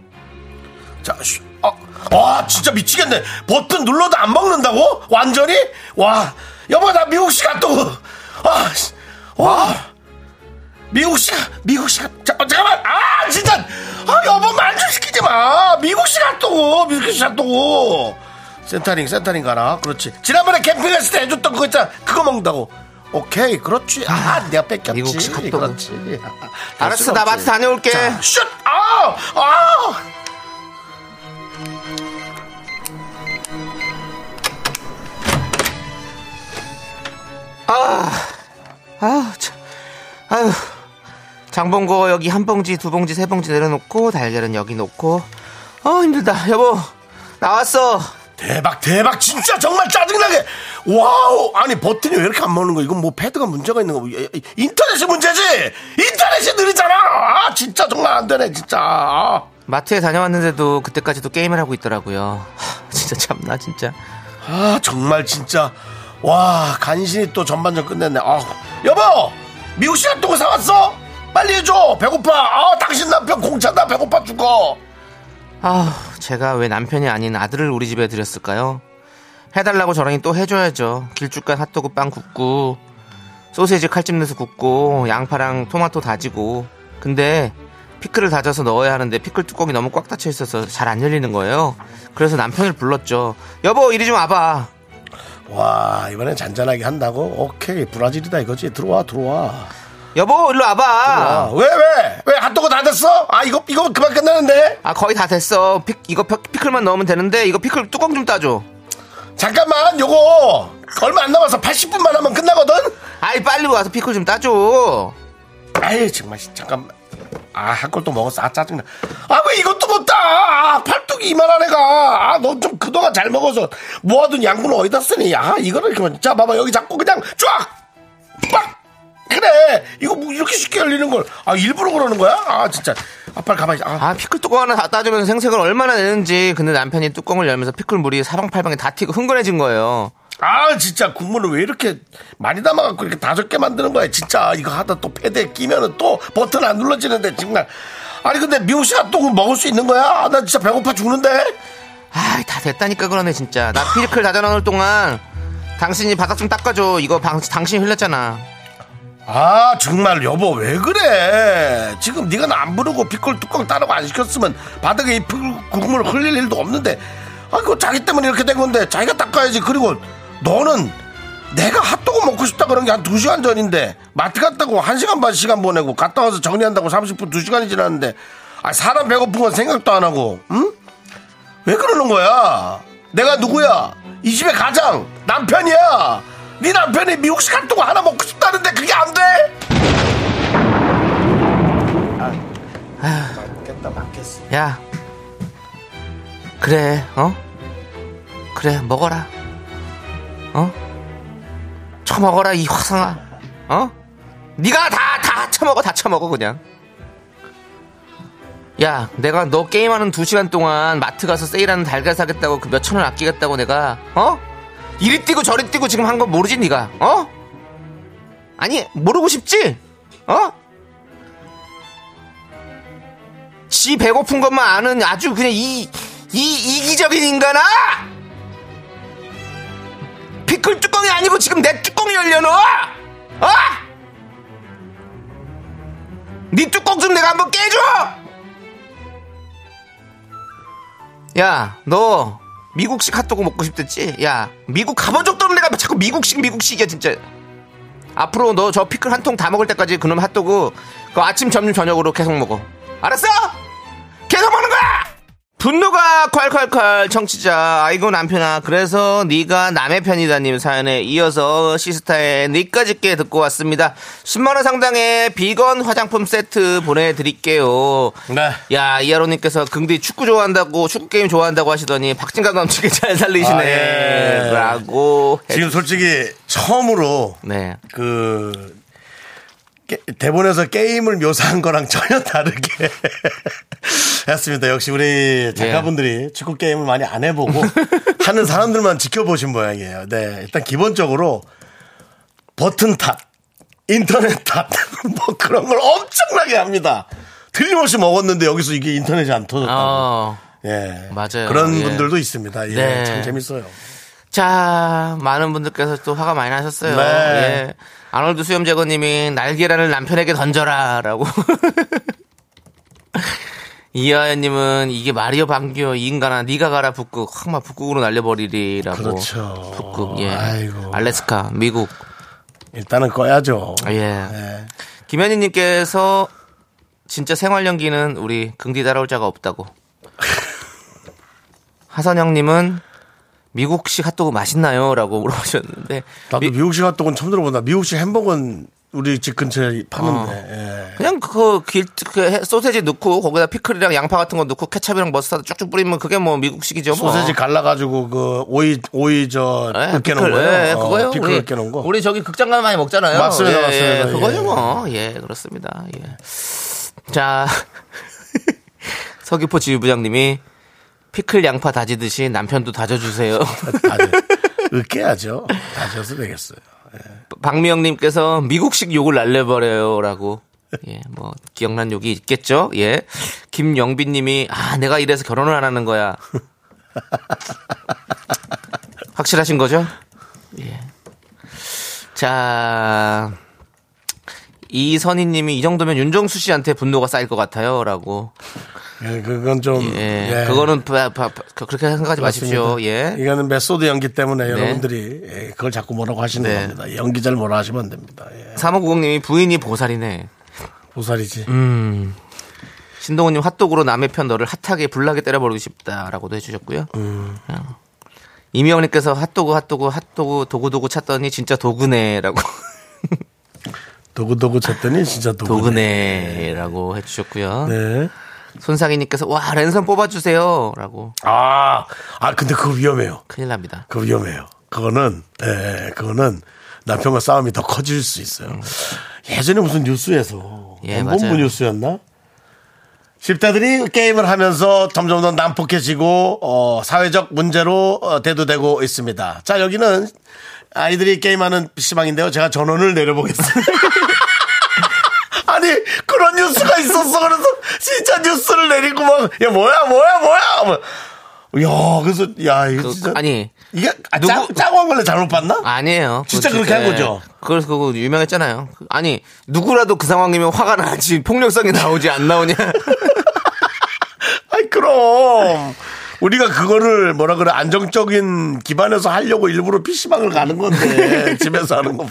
S1: 자, 쉬, 아, 와 진짜 미치겠네. 버튼 눌러도 안 먹는다고? 완전히? 와, 여보 나 미국식 핫도그. 아, 씨,
S2: 뭐?
S1: 와, 미국식 미국식 핫- 자, 어, 잠깐만. 아 진짜. 아 여보 말 좀 시키지 마. 미국식 핫도그, 미국식 핫도그. 센터링 센터링 가라. 그렇지. 지난번에 캠핑했을 때 해줬던 그거 있잖아. 그거 먹는다고. 오케이, 그렇지. 아, 내가 뺏겼지.
S2: 미국식 핫도그.
S1: 그렇지. 아, 될
S2: 알았어,
S1: 수가
S2: 나
S1: 없지.
S2: 마트 다녀올게.
S1: 자, 슛! 아! 아!
S2: 아, 참. 아유. 장본거 여기 한 봉지, 두 봉지, 세 봉지 내려놓고 달걀은 여기 놓고. 어 힘들다, 여보. 나왔어.
S1: 대박 대박 진짜 정말 짜증나게 와우 아니 버튼이 왜 이렇게 안 먹는 거야 이건 뭐 패드가 문제가 있는 거 인터넷이 문제지 인터넷이 느리잖아 아 진짜 정말 안 되네 진짜 아,
S2: 마트에 다녀왔는데도 그때까지도 게임을 하고 있더라고요. 하, 진짜 참나 진짜.
S1: 아, 정말 진짜 와 간신히 또 전반전 끝냈네 아 여보 미국식 핫도그 사왔어 빨리 해줘 배고파 아 당신 남편 공차다 배고파 죽어
S2: 아, 제가 왜 남편이 아닌 아들을 우리 집에 들였을까요? 해달라고 저랑이 또 해줘야죠. 길쭉간 핫도그 빵 굽고, 소세지 칼집 내서 굽고, 양파랑 토마토 다지고. 근데 피클을 다져서 넣어야 하는데 피클 뚜껑이 너무 꽉 닫혀 있어서 잘 안 열리는 거예요. 그래서 남편을 불렀죠. 여보, 이리 좀 와봐.
S1: 와 이번엔 잔잔하게 한다고 오케이 브라질이다 이거지 들어와 들어와 아,
S2: 여보, 일로 와봐.
S1: 왜, 왜? 왜 핫도그 다 됐어? 아, 이거, 이거 그만 끝나는데?
S2: 아, 거의 다 됐어. 피, 이거 피- 피클만 넣으면 되는데, 이거 피클 뚜껑 좀 따줘.
S1: 잠깐만, 요거, 얼마 안 남아서 80분만 하면 끝나거든?
S2: 아이, 빨리 와서 피클 좀 따줘.
S1: 아이, 정말, 씨, 잠깐만. 아, 한 걸 또 먹었어. 아, 짜증나. 아, 왜 이것도 못 따? 아, 팔뚝이 이만한 애가. 아, 넌 좀 그동안 잘 먹어서 모아둔 양분을 어디다 쓰니? 아, 이거를 그만. 자, 봐봐. 여기 자꾸 그냥 쫙! 빡! 그래. 이거 뭐 이렇게 쉽게 열리는 걸. 아, 일부러 그러는 거야? 아, 진짜. 아, 빨리 가만히. 있어. 아,
S2: 아 피클 뚜껑 하나 다 따주면서 생색을 얼마나 내는지 근데 남편이 뚜껑을 열면서 피클 물이 사방팔방에 다 튀고 흥건해진 거예요
S1: 아 진짜 국물을 왜 이렇게 많이 담아갖고 이렇게 다섯 개 만드는 거야 진짜 이거 하다 또 패드에 끼면은 또 버튼 안 눌러지는데 정말 아니 근데 미국식 핫도그 먹을 수 있는 거야? 아, 나 진짜 배고파 죽는데
S2: 아다 됐다니까 그러네 진짜 나 피클 다져 넣을 동안 당신이 바닥 좀 닦아줘 이거 방- 당신이 흘렸잖아
S1: 아 정말 여보 왜 그래 지금 네가 나 안 부르고 피클 뚜껑 따라고 안 시켰으면 바닥에 이 피클 국물 흘릴 일도 없는데 아 그거 자기 때문에 이렇게 된 건데 자기가 닦아야지 그리고 너는 내가 핫도그 먹고 싶다 그런 게 한 두시간 전인데 마트 갔다고 한시간반 시간 보내고 갔다 와서 정리한다고 30분 두시간이 지났는데 아 사람 배고픈 건 생각도 안 하고 응? 왜 그러는 거야? 내가 누구야? 이 집의 가장 남편이야. 네 남편이 미국식 핫도그 하나 먹고 싶다는데 그게 안 돼? 맞겠다 맞겠어.
S2: 야, 그래, 어? 그래, 먹어라. 어? 처먹어라, 이 화상아. 어? 네가 다, 다 처먹어, 다 처먹어, 그냥. 야, 내가 너 게임하는 두 시간 동안 마트 가서 세일하는 달걀 사겠다고 그 몇천 원 아끼겠다고 내가, 어? 이리 뛰고 저리 뛰고 지금 한 건 모르지, 네가 어? 아니, 모르고 싶지? 어? 지 배고픈 것만 아는 아주 그냥 이, 이 이기적인 인간아! 피클 뚜껑이 아니고 지금 내 뚜껑이 열려놓아! 어? 네 뚜껑 좀 내가 한번 깨줘! 야, 너 미국식 핫도그 먹고 싶댔지? 야, 미국 가본 적도 없는 내가 자꾸 미국식 미국식이야 진짜. 앞으로 너 저 피클 한 통 다 먹을 때까지 그놈 핫도그 그 아침 점심 저녁으로 계속 먹어 알았어? 계속 먹는 거야 분노가 콸콸콸 청취자 아이고 남편아 그래서 네가 남의 편이다님 사연에 이어서 시스타의 니까짓게 듣고 왔습니다 10만원 상당의 비건 화장품 세트 보내드릴게요
S1: 네.
S2: 야 이하로님께서 긍디 축구 좋아한다고 축구 게임 좋아한다고 하시더니 박진감 감독이 잘 살리시네
S1: 아, 예.
S2: 라고 해-
S1: 지금 솔직히 처음으로
S2: 네
S1: 그 게- 대본에서 게임을 묘사한 거랑 전혀 다르게 했습니다. 역시 우리 작가분들이
S2: 예.
S1: 축구 게임을 많이 안 해보고 하는 사람들만 지켜보신 모양이에요. 네, 일단 기본적으로 버튼 탑, 인터넷 탑, 뭐 그런 걸 엄청나게 합니다. 틀림없이 먹었는데 여기서 이게 인터넷이 안 터졌다고.
S2: 어.
S1: 예,
S2: 맞아요.
S1: 그런
S2: 예.
S1: 분들도 있습니다. 예,
S2: 네.
S1: 참 재밌어요.
S2: 자, 많은 분들께서 또 화가 많이 나셨어요.
S1: 네.
S2: 예. 아놀드 수염제거님이 날계란을 남편에게 던져라라고. 이하연님은 이게 말이여 반겨 이 인간아 네가 가라 북극 항마 북극으로 날려버리리라고.
S1: 그렇죠.
S2: 뭐 북극 예.
S1: 아이고.
S2: 알래스카 미국
S1: 일단은 꺼야죠.
S2: 예.
S1: 예.
S2: 김현희님께서 진짜 생활 연기는 우리 긍디 따라올 자가 없다고. 하선영님은 미국식 핫도그 맛있나요?라고 물어보셨는데
S1: 나도
S2: 미-
S1: 미, 국식 핫도그는 처음 들어본다. 미국식 햄버거는 우리 집 근처에
S2: 어.
S1: 파는데. 예.
S2: 그냥 그거 길, 그 해- 소세지 넣고 거기다 피클이랑 양파 같은 거 넣고 케찹이랑 머스타드 쭉쭉 뿌리면 그게 뭐 미국식이죠.
S1: 예.
S2: 뭐.
S1: 소세지 갈라가지고 그 오이 오이 저
S2: 예,
S1: 으깨 놓은
S2: 피클.
S1: 거요. 어,
S2: 예, 그거요.
S1: 피클 으깨 놓은 거.
S2: 우리 저기 극장 가면 많이 먹잖아요.
S1: 맞습니다,
S2: 예,
S1: 맞습니다.
S2: 예, 그거죠
S1: 예.
S2: 뭐. 예, 그렇습니다. 예. 자, 서귀포 지휘부장님이 피클 양파 다지듯이 남편도 다져주세요.
S1: 다져. 으깨야죠. 다져서 되겠어요.
S2: 박미영님께서 미국식 욕을 날려버려요라고. 예, 뭐 기억난 욕이 있겠죠. 예, 김영빈님이 아 내가 이래서 결혼을 안 하는 거야. 확실하신 거죠? 예. 자. 이선희님이 이 정도면 윤정수 씨한테 분노가 쌓일 것 같아요라고.
S1: 예, 그건 좀
S2: 예,
S1: 예.
S2: 그거는 바- 바- 바- 그렇게 생각하지 마십시오.
S1: 맞습니다.
S2: 예,
S1: 이거는 메소드 연기 때문에 여러분들이 예, 그걸 자꾸 뭐라고 하시는
S2: 네.
S1: 겁니다. 연기자를 뭐라 하시면 안 됩니다. 예.
S2: 3590님이 부인이 보살이네.
S1: 보살이지.
S2: 음. 신동훈님 핫도그로 남의 편 너를 핫하게 불나게 때려버리고 싶다라고도 해주셨고요.
S1: 음.
S2: 어. 이미영님께서 핫도그 핫도그 핫도그 도구도구 찾더니 진짜 도그네라고
S1: 도구도구 쳤더니 진짜 도구네.
S2: 도그네라고 해주셨고요.
S1: 네.
S2: 손상희님께서 와 랜선 뽑아주세요라고
S1: 아, 아 근데 그거 위험해요.
S2: 큰일 납니다.
S1: 그거 위험해요. 그거는, 예, 그거는 남편과 싸움이 더 커질 수 있어요. 예전에 무슨 뉴스에서,
S2: 예,
S1: 본부
S2: 맞아요.
S1: 뉴스였나? 10대들이 게임을 하면서 점점 더 난폭해지고, 어, 사회적 문제로 어, 대두되고 있습니다. 자, 여기는 아이들이 게임하는 PC방인데요. 제가 전원을 내려보겠습니다. 아니 그런 뉴스가 있었어 그래서 진짜 뉴스를 내리고 막 야 뭐야 뭐야 뭐야 뭐. 야 그래서 야 이거
S2: 그-
S1: 진짜
S2: 아니
S1: 이게 아,
S2: 누구-
S1: 짜- 짜고 한 걸래 잘못 봤나?
S2: 아니에요.
S1: 진짜
S2: 그거
S1: 그렇게 한 거죠?
S2: 그래서 그거 유명했잖아요. 그- 아니 누구라도 그 상황이면 화가 나지 폭력성이 나오지 안 나오냐.
S1: 아이 그럼 우리가 그거를 뭐라 그래 안정적인 기반에서 하려고 일부러 PC방을 가는 건데 집에서 하는 거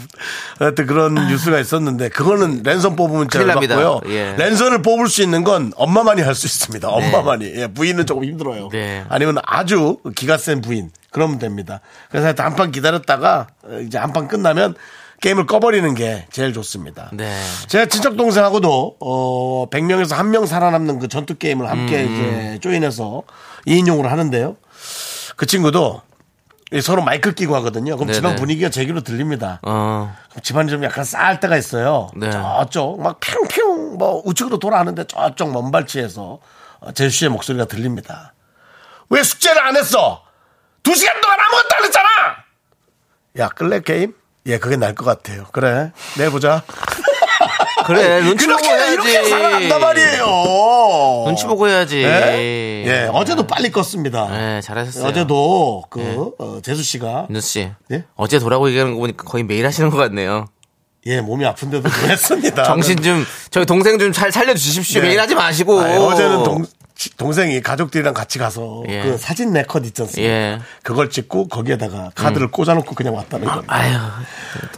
S1: 하여튼 그런 뉴스가 있었는데 그거는 랜선 뽑으면
S2: 큰일
S1: 제가
S2: 납니다.
S1: 받고요
S2: 예.
S1: 랜선을 뽑을 수 있는 건 엄마만이 할 수 있습니다 엄마만이 예, 부인은 조금 힘들어요
S2: 네.
S1: 아니면 아주 기가 센 부인 그러면 됩니다 그래서 하여튼 한판 기다렸다가 이제 한 판 끝나면 게임을 꺼버리는 게 제일 좋습니다
S2: 네.
S1: 제가 친척 동생하고도 어 100명에서 한 명 살아남는 그 전투 게임을
S2: 음,
S1: 함께 이제 조인해서 2인용으로 하는데요. 그 친구도 이 서로 마이크 끼고 하거든요. 그럼
S2: 네네.
S1: 집안 분위기가 제 귀로 들립니다.
S2: 어.
S1: 그럼 집안이 좀 약간 싸할 때가 있어요.
S2: 네.
S1: 저쪽 막 팽팽 뭐 우측으로 돌아가는데 저쪽 먼발치에서 어, 제주 씨의 목소리가 들립니다. 왜 숙제를 안 했어? 두 시간 동안 아무것도 안 했잖아. 야 끌래 게임? 예 그게 날 것 같아요. 그래 내일 보자.
S2: 그래 네, 눈치 보고
S1: 그렇게 이렇게
S2: 해야지.
S1: 살아간단 말이에요.
S2: 눈치 보고 해야지.
S1: 예, 예, 어제도 빨리 껐습니다. 예,
S2: 네, 잘하셨어요.
S1: 어제도 그 어, 제수 씨가
S2: 윤수 씨.
S1: 예?
S2: 어제 돌아고 얘기하는 거 보니까 거의 매일 하시는 것 같네요.
S1: 예 몸이 아픈데도 그랬습니다.
S2: 정신 좀 저희 동생 좀 잘 살려주십시오.
S1: 네.
S2: 매일 하지 마시고.
S1: 아니, 어제는 동, 동생이 가족들이랑 같이 가서
S2: 예.
S1: 그 사진 네컷 있지 않습니까?
S2: 예. 음.
S1: 그걸 찍고 거기에다가 카드를 꽂아놓고 그냥 왔다는 겁니다.
S2: 아유.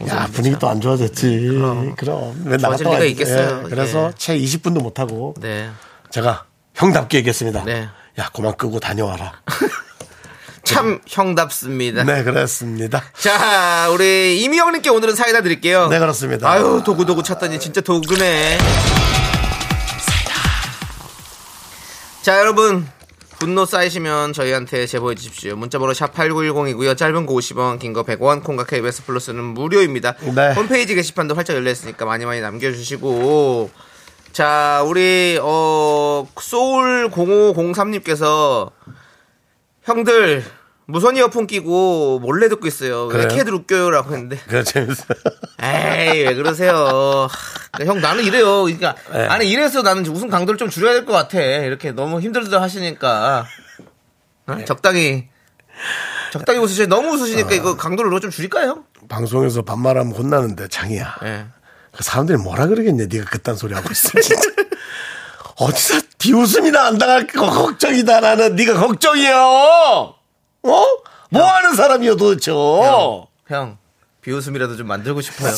S1: 야, 분위기 또 안 좋아졌지. 그럼. 왜
S2: 좋아질
S1: 나갔다
S2: 리가
S1: 와야
S2: 있겠어요.
S1: 그래서
S2: 예.
S1: 채 20분도 못하고
S2: 네.
S1: 제가 형답게 얘기했습니다.
S2: 네.
S1: 야, 그만 끄고 다녀와라.
S2: 참 형답습니다.
S1: 네, 그랬습니다.
S2: 자, 우리 이미영님께 오늘은 사이다 드릴게요.
S1: 네, 그렇습니다.
S2: 아유, 도구 도구 찾다니 진짜 도구네. 자, 여러분. 분노 쌓이시면 저희한테 제보해 주십시오. 문자번호 샵 8910이고요. 짧은 거 50원, 긴 거 100원, 콩과 KBS 플러스는 무료입니다.
S1: 네.
S2: 홈페이지 게시판도 활짝 열려 있으니까 많이 많이 남겨주시고. 자, 우리 어 소울 0503님께서 형들 무선 이어폰 끼고 몰래 듣고 있어요. 왜
S1: 그래요?
S2: 이렇게 웃겨요라고 했는데
S1: 그래, 재밌어요.
S2: 에이 왜 그러세요? 하, 형 나는 이래요. 그러니까
S1: 네.
S2: 아니 이래서 나는 이제 웃음 강도를 좀 줄여야 될 것 같아. 이렇게 너무 힘들다 하시니까 어? 적당히 적당히 웃으시 너무 웃으시니까 이거 강도를 좀 줄일까요? 형?
S1: 방송에서 반말하면 혼나는데, 장이야.
S2: 예.
S1: 그 사람들이 뭐라 그러겠냐. 네가 그딴 소리 하고 있으면 진짜. 어디서 비웃음이나 안 당할 거 걱정이다. 나는 네가 걱정이야. 어? 뭐 하는 사람이야 도대체.
S2: 형 비웃음이라도 좀 만들고 싶어요.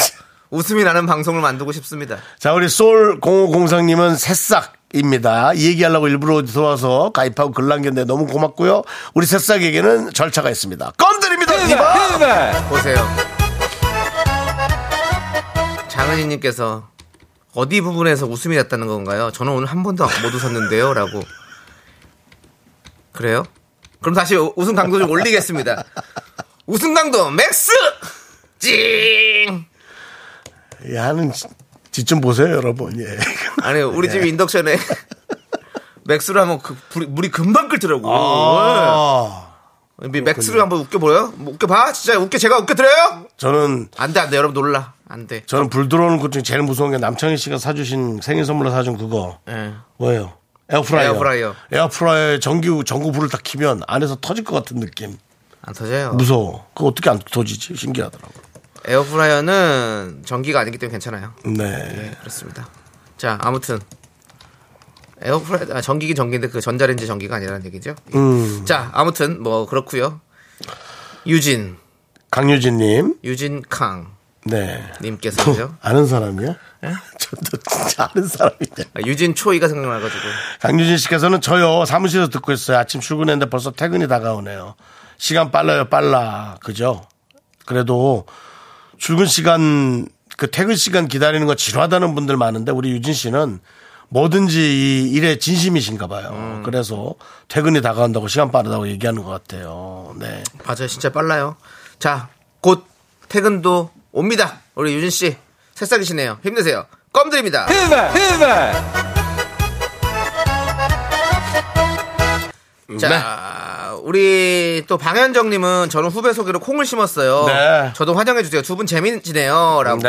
S2: 웃음이 나는 방송을 만들고 싶습니다.
S1: 자, 우리 솔 0503님은 새싹입니다. 이 얘기하려고 일부러 들어와서 가입하고 글 남겼는데 너무 고맙고요. 우리 새싹에게는 절차가 있습니다. 껌 드립니다. 이봐.
S2: 보세요. 장은희님께서 어디 부분에서 웃음이 났다는 건가요? 저는 오늘 한 번도 못 웃었는데요라고. 그래요? 그럼 다시 우- 웃음 강도 좀 올리겠습니다. 웃음 강도 맥스 찡.
S1: 예, 하는 짓좀 보세요, 여러분. 예.
S2: 아니 우리 집 인덕션에 맥스로 한번 그 불이- 물이 금방 끓더라고.
S1: 아,
S2: 우리 맥스로 한번 웃겨 보여? 뭐, 웃겨 봐. 진짜 웃겨 제가 웃겨 드려요?
S1: 저는
S2: 안 돼 안 돼 여러분 놀라 안 돼.
S1: 저는 불 들어오는 것 중에 제일 무서운 게 남창희 씨가 사주신 생일 선물로 사준 그거.
S2: 예.
S1: 뭐예요? 에어프라이어.
S2: 에어프라이어.
S1: 에어프라이어에 전기 전구 불을 딱 키면 안에서 터질 것 같은 느낌.
S2: 안 터져요.
S1: 무서워. 그거 어떻게 안 터지지? 신기하더라고.
S2: 에어프라이어는 전기가 아니기 때문에 괜찮아요.
S1: 네.
S2: 네, 그렇습니다. 자, 아무튼 에어프라이어 아, 전기긴 전기인데 그 전자레인지 전기가 아니라는 얘기죠. 예.
S1: 음.
S2: 자, 아무튼 뭐 그렇고요. 유진,
S1: 강유진 님.
S2: 유진 캉
S1: 네.
S2: 님께서요. 예?
S1: 아는 사람이야? 저도 진짜 아는 사람이냐.
S2: 아, 유진 초이가 생각나가지고
S1: 강유진 씨께서는 저요, 사무실에서 듣고 있어요. 아침 출근했는데 벌써 퇴근이 다가오네요. 시간 빨라요, 빨라. 그죠? 그래도 출근 시간, 그 퇴근 시간 기다리는 거 지루하다는 분들 많은데 우리 유진 씨는 뭐든지 이 일에 진심이신가 봐요. 그래서 퇴근이 다가온다고 시간 빠르다고 얘기하는 것 같아요. 네.
S2: 맞아요, 진짜 빨라요. 자, 곧 퇴근도 옵니다. 우리 유진 씨 새싹이시네요. 힘내세요. 껌 드립니다. 음, 자,
S1: 네.
S2: 우리 또 방현정님은 저는 후배 소개로 콩을 심었어요.
S1: 네.
S2: 저도 환영해 주세요. 두 분 재밌네요라고
S1: 네.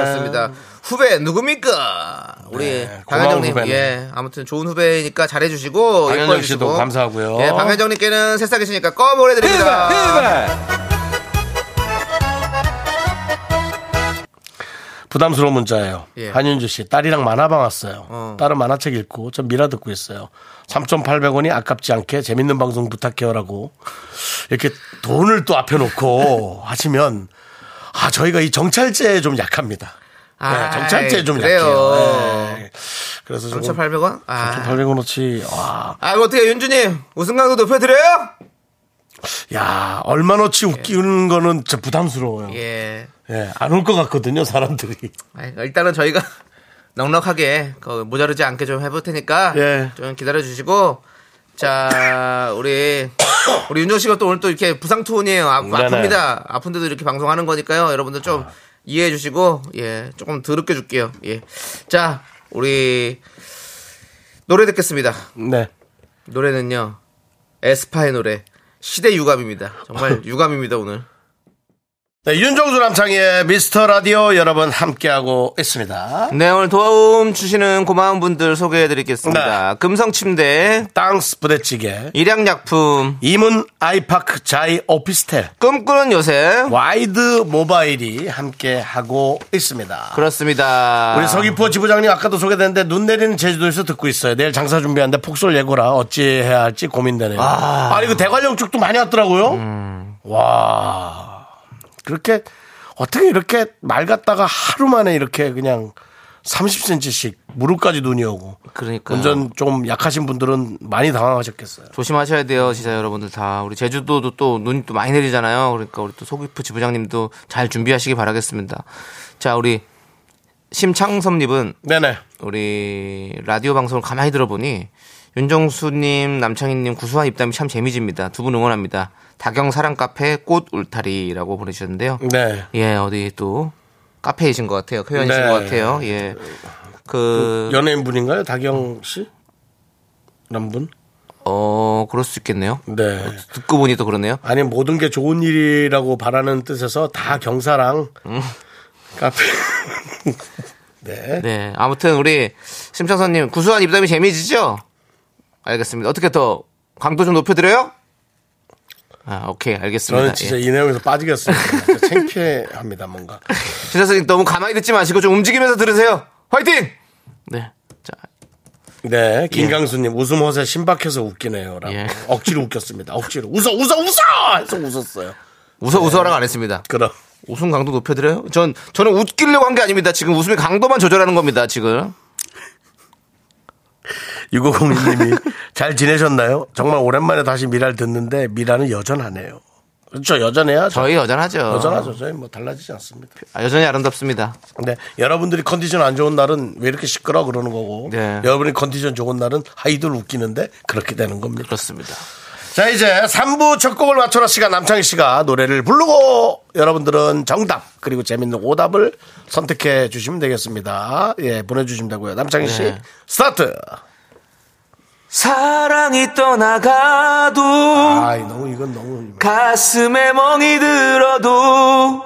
S2: 하셨습니다. 후배 누굽니까? 우리
S1: 네, 고마운
S2: 방현정님,
S1: 후배네.
S2: 예, 아무튼 좋은 후배니까 잘해주시고
S1: 방현정
S2: 예뻐해 주시고.
S1: 씨도 감사하고요.
S2: 어, 예, 방현정님께는 새싹이시니까 껌 보내드립니다.
S1: 부담스러운 문자예요.
S2: 예.
S1: 한윤주 씨, 딸이랑 만화방 왔어요. 딸은 만화책 읽고 전 미라 듣고 있어요. 3,800원이 아깝지 않게 재밌는 방송 부탁해요라고 이렇게 돈을 또 앞에 놓고 하시면 아 저희가 이 정찰제에 좀 약합니다. 네,
S2: 아,
S1: 정찰제에 좀
S2: 그래요.
S1: 약해요. 네. 그래서 조금
S2: 3,800원? 아.
S1: 800원어치 와,
S2: 아, 이거 어떻게 윤주님 우승 강도 높여드려요?
S1: 야 얼마나치 웃기는 거는 진짜 부담스러워요. 예,
S2: 예.
S1: 안 올 것 같거든요 사람들이.
S2: 아이, 일단은 저희가 넉넉하게 그 모자르지 않게 좀 해볼 테니까
S1: 예.
S2: 좀 기다려 주시고 자 우리 우리 윤정 씨가 또 오늘 또 이렇게 부상 투혼이에요 아,
S1: 네네. 아.
S2: 픕니다 아픈데도 이렇게 방송하는 거니까요 여러분들 좀 이해해 주시고 예 조금 더럽게 줄게요 예자 우리 노래 듣겠습니다
S1: 네.
S2: 노래는요 에스파의 노래 시대 유감입니다 정말 유감입니다 오늘
S1: 네, 윤종수 남창희의 미스터 라디오 여러분 함께하고 있습니다.
S2: 네, 오늘 도움 주시는 고마운 분들 소개해 드리겠습니다.
S1: 네.
S2: 금성 침대,
S1: 땅스 부대찌개,
S2: 일양약품,
S1: 이문 아이파크 자이 오피스텔,
S2: 꿈꾸는 요새.
S1: 와이드 모바일이 함께하고 있습니다.
S2: 그렇습니다.
S1: 우리 서귀포 지부장님 아까도 소개됐는데 눈 내리는 제주도에서 듣고 있어요. 내일 장사 준비하는데 폭설 예고라 어찌 해야 할지 고민되네요. 아, 이거 대관령 쪽도 많이 왔더라고요. 와 그렇게 어떻게 이렇게 말 같다가 하루 만에 이렇게 그냥 30cm씩 무릎까지 눈이 오고
S2: 그러니까
S1: 운전 좀 약하신 분들은 많이 당황하셨겠어요.
S2: 조심하셔야 돼요, 진짜 여러분들 다. 우리 제주도도 또 눈이 또 많이 내리잖아요. 그러니까 우리 또 소기프 지부장님도 잘 준비하시기 바라겠습니다. 자, 우리 심창섭님은
S1: 네네.
S2: 우리 라디오 방송을 가만히 들어보니 윤정수님, 남창희님 구수한 입담이 참 재미집니다. 두 분 응원합니다. 다경 사랑 카페 꽃 울타리라고 보내주셨는데요.
S1: 네.
S2: 예, 어디 또 카페이신 것 같아요. 회원이신
S1: 네.
S2: 것 같아요. 예. 그,
S1: 연예인 분인가요? 다경 씨? 남 분?
S2: 어, 그럴 수 있겠네요.
S1: 네.
S2: 듣고 보니 또 그러네요.
S1: 아니 모든 게 좋은 일이라고 바라는 뜻에서 다 경사랑 카페 네.
S2: 네. 아무튼 우리 심창선님 구수한 입담이 재미지죠? 알겠습니다. 어떻게 더 강도 좀 높여드려요? 아, 오케이. 알겠습니다.
S1: 저는 진짜 이 내용에서 빠지겠습니다. 진짜 창피합니다 뭔가.
S2: 심창선님 너무 가만히 듣지 마시고 좀 움직이면서 들으세요. 화이팅! 네. 자,
S1: 네, 김강수님 웃음 허세 신박해서 웃기네요라고
S2: 예.
S1: 억지로 웃겼습니다. 억지로 웃어 웃어 웃어 해서 웃었어요.
S2: 웃어,
S1: 네.
S2: 웃어라고 안 했습니다.
S1: 그럼
S2: 웃음 강도 높여드려요? 전, 저는 웃기려고 한 게 아닙니다. 지금 웃음의 강도만 조절하는 겁니다. 지금.
S1: 유고공님이 잘 지내셨나요? 정말 오랜만에 다시 미라를 듣는데 미라는 여전하네요. 그렇죠 여전해야
S2: 저희 여전하죠.
S1: 여전하죠. 저희 뭐 달라지지 않습니다.
S2: 아, 여전히 아름답습니다.
S1: 근데 여러분들이 컨디션 안 좋은 날은 왜 이렇게 시끄러 그러는 거고
S2: 네.
S1: 여러분이 컨디션 좋은 날은 하이들 웃기는데 그렇게 되는 겁니다.
S2: 그렇습니다.
S1: 자 이제 3부 첫 곡을 맞춰라 시간 남창희 씨가 노래를 부르고 여러분들은 정답 그리고 재밌는 오답을 선택해 주시면 되겠습니다. 예 보내주시면 되고요. 남창희 씨
S2: 네.
S1: 스타트.
S2: 사랑이 떠나가도
S1: 아이 너무 이건 너무
S2: 가슴에 멍이 들어도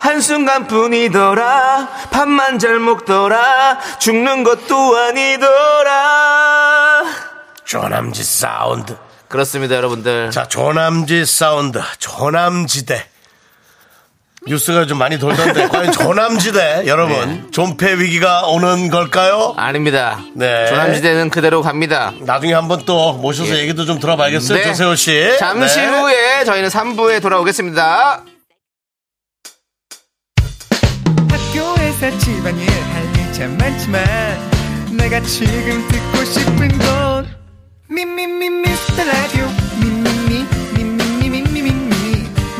S2: 한순간뿐이더라 밥만 잘 먹더라 죽는 것도 아니더라
S1: 조남지 사운드.
S2: 그렇습니다 여러분들
S1: 자 조남지 사운드 조남지대. 뉴스가 좀 많이 돌던데 과연 조남지대
S2: 네.
S1: 여러분 존폐 위기가 오는 걸까요?
S2: 아닙니다
S1: 네.
S2: 조남지대는 그대로 갑니다
S1: 나중에 한번 또 모셔서 얘기도 좀 들어봐야겠어요,
S2: 예. 네.
S1: 조세호 씨.
S2: 잠시
S1: 네.
S2: 후에 저희는 3부에 돌아오겠습니다
S6: 학교에서 집안일 할 일 참 많지만 내가 지금 듣고 싶은 건 미미미 미스터 라디오 미미미 미미미 미미미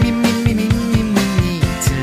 S6: 미미미 미미미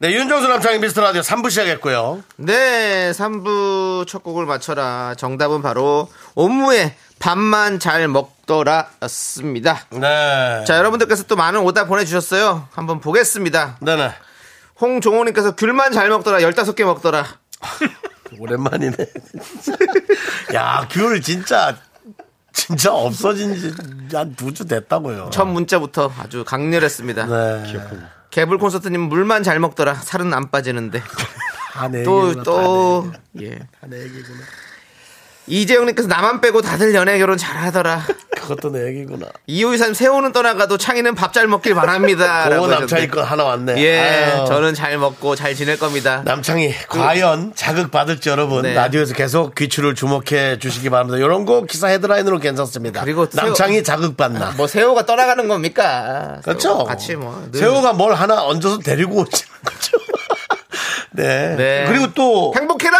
S1: 네, 윤정수 남창의 미스터 라디오 3부 시작했고요.
S2: 네, 3부 첫 곡을 맞춰라. 정답은 바로 옴무의 밥만 잘 먹더라였습니다.
S1: 네.
S2: 자, 여러분들께서 또 많은 오답 보내주셨어요. 한번 보겠습니다.
S1: 네네.
S2: 홍종호님께서 귤만 잘 먹더라, 15개 먹더라.
S1: 오랜만이네. 야, 귤 진짜, 진짜 없어진 지 한 두 주 됐다고요.
S2: 첫 문자부터 아주 강렬했습니다.
S1: 네.
S2: 개불 콘서트님 물만 잘 먹더라. 살은 안 빠지는데.
S1: 아, 다내
S2: 또,
S1: 얘기구나, 네 아,
S2: 또, 예.
S1: 다내 얘기구나.
S2: 이재영님께서 나만 빼고 다들 연애 결혼 잘하더라.
S1: 그것도 내 얘기구나.
S2: 2523 새우는 떠나가도 창이는 밥 잘 먹길 바랍니다. 라고
S1: 오, 남창이
S2: 하셨는데.
S1: 거 하나 왔네.
S2: 예,
S1: 아유.
S2: 저는 잘 먹고 잘 지낼 겁니다.
S1: 남창이 과연 자극받을지 여러분
S2: 네.
S1: 라디오에서 계속 귀추를 주목해 주시기 바랍니다. 이런 거 기사 헤드라인으로 괜찮습니다.
S2: 그리고 새우-
S1: 남창이 자극받나.
S2: 뭐 새우가 떠나가는 겁니까?
S1: 그렇죠.
S2: 새우 같이 뭐. 늘
S1: 새우가 뭘 하나 얹어서 데리고 오지 거죠. 네.
S2: 네.
S1: 그리고 또
S2: 행복해라.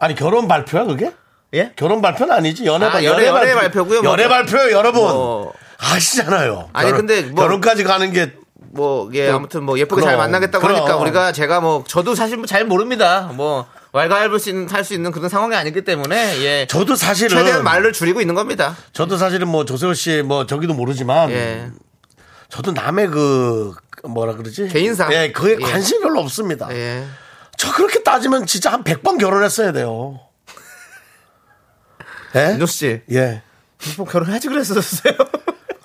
S1: 아니 결혼 발표야 그게?
S2: 예?
S1: 결혼 발표는 아니지 연애,
S2: 아,
S1: 발-
S2: 연애- 연애 발표고요. 뭐
S1: 연애
S2: 저-
S1: 발표요 여러분
S2: 뭐-
S1: 아시잖아요.
S2: 아니, 근데 뭐-
S1: 결혼까지 가는 게
S2: 뭐, 예, 아무튼 뭐 예쁘게 잘
S1: 그럼,
S2: 만나겠다고
S1: 그럼.
S2: 하니까 우리가 제가 뭐 저도 사실 잘 모릅니다. 뭐 왈가왈부 할수 있는 그런 상황이 아니기 때문에 예.
S1: 저도 사실은
S2: 최대한 말을 줄이고 있는 겁니다.
S1: 저도 사실은 뭐 조세호 씨 뭐 저기도 모르지만
S2: 예.
S1: 저도 남의 그 뭐라 그러지
S2: 개인상.
S1: 예 그에
S2: 예.
S1: 관심이 별로 없습니다.
S2: 예.
S1: 저 그렇게 따지면 진짜 한 100번 결혼했어야 돼요. 예?
S2: 민호 씨.
S1: 예.
S2: 뭐 결혼하지 그랬었어요.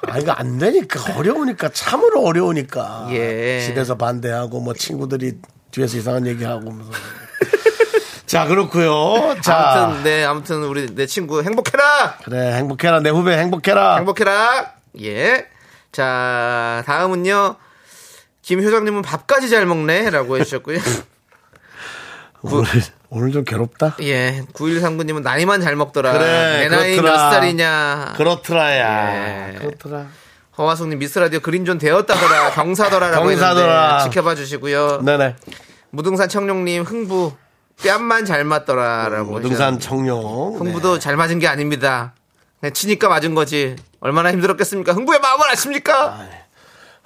S1: 아, 이거 안 되니까. 어려우니까. 참으로 어려우니까.
S2: 예.
S1: 집에서 반대하고, 뭐, 친구들이 뒤에서 이상한 얘기하고. 하면서. 자, 그렇고요 자.
S2: 아무튼 네, 아무튼 우리 내 친구 행복해라.
S1: 그래, 행복해라. 내 후배 행복해라.
S2: 행복해라. 예. 자, 다음은요. 김효장님은 밥까지 잘 먹네. 라고 해주셨고요.
S1: 오늘, 오늘 좀 괴롭다.
S2: 예. 9139님은 나이만 잘 먹더라.
S1: 그래,
S2: 내
S1: 그렇더라.
S2: 나이
S1: 그
S2: 몇 살이냐.
S1: 그렇더라야.
S2: 예.
S1: 그렇더라.
S2: 허화숙님 미스라디오 그린존 되었다더라. 경사더라라고
S1: 경사더라.
S2: 했는데 지켜봐 주시고요.
S1: 네네.
S2: 무등산 청룡님 흥부 뺨만 잘 맞더라라고.
S1: 음, 무등산
S2: 하셨는데
S1: 청룡. 네.
S2: 흥부도 잘 맞은 게 아닙니다. 그냥 치니까 맞은 거지. 얼마나 힘들었겠습니까? 흥부의 마음을 아십니까?
S1: 네.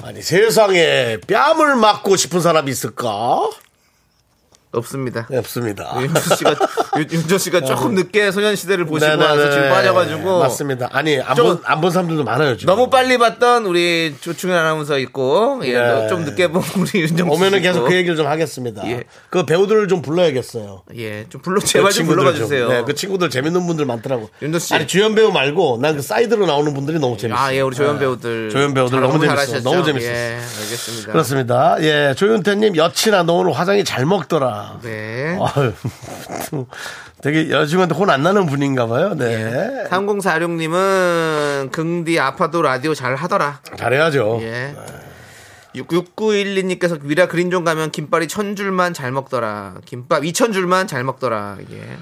S1: 아니, 세상에 뺨을 맞고 싶은 사람이 있을까? 네.
S2: 없습니다.
S1: 없습니다.
S2: 아, 윤조 네, 씨가 윤- 윤조 씨가 조금 늦게 소년시대를 보시고
S1: 네. 네네네.
S2: 와서 지금 빠져가지고
S1: 맞습니다. 아니, 안
S2: 좀-
S1: 본, 안 본 사람들도 많아요, 지금.
S2: 너무 빨리 봤던 우리 조충현 아나운서 있고
S1: 네.
S2: 예, 너좀 늦게 본 우리 윤정 씨
S1: 오면은 계속
S2: 있고.
S1: 그 얘기를 좀 하겠습니다.
S2: 예.
S1: 그 배우들을 좀 불러야겠어요.
S2: 예, 좀 불러 제발 좀
S1: 친구들
S2: 불러봐 주세요.
S1: 네, 그 친구들 재밌는 분들 많더라고.
S2: 윤도 씨.
S1: 아니 주연 배우 말고 난 그 사이드로 나오는 분들이 너무 재밌어.
S2: 아, 예, 우리 조연
S1: 네.
S2: 배우들.
S1: 조연 배우들 너무 재밌어.
S2: 잘하셨죠?
S1: 너무 재밌었어.
S2: 예, 알겠습니다.
S1: 그렇습니다. 예, 조윤태님 여친아 너 오늘 화장이 잘 먹더라.
S2: 네.
S1: 아유, 되게 여자친구한테 혼 안 나는 분인가 봐요. 네.
S2: 예. 3046님은 긍디 아파도 라디오 잘 하더라.
S1: 잘해야죠.
S2: 예. 6912님께서 위라 그린존 가면 김밥이 천 줄만 잘 먹더라. 김밥 2천 줄만 잘 먹더라. 예.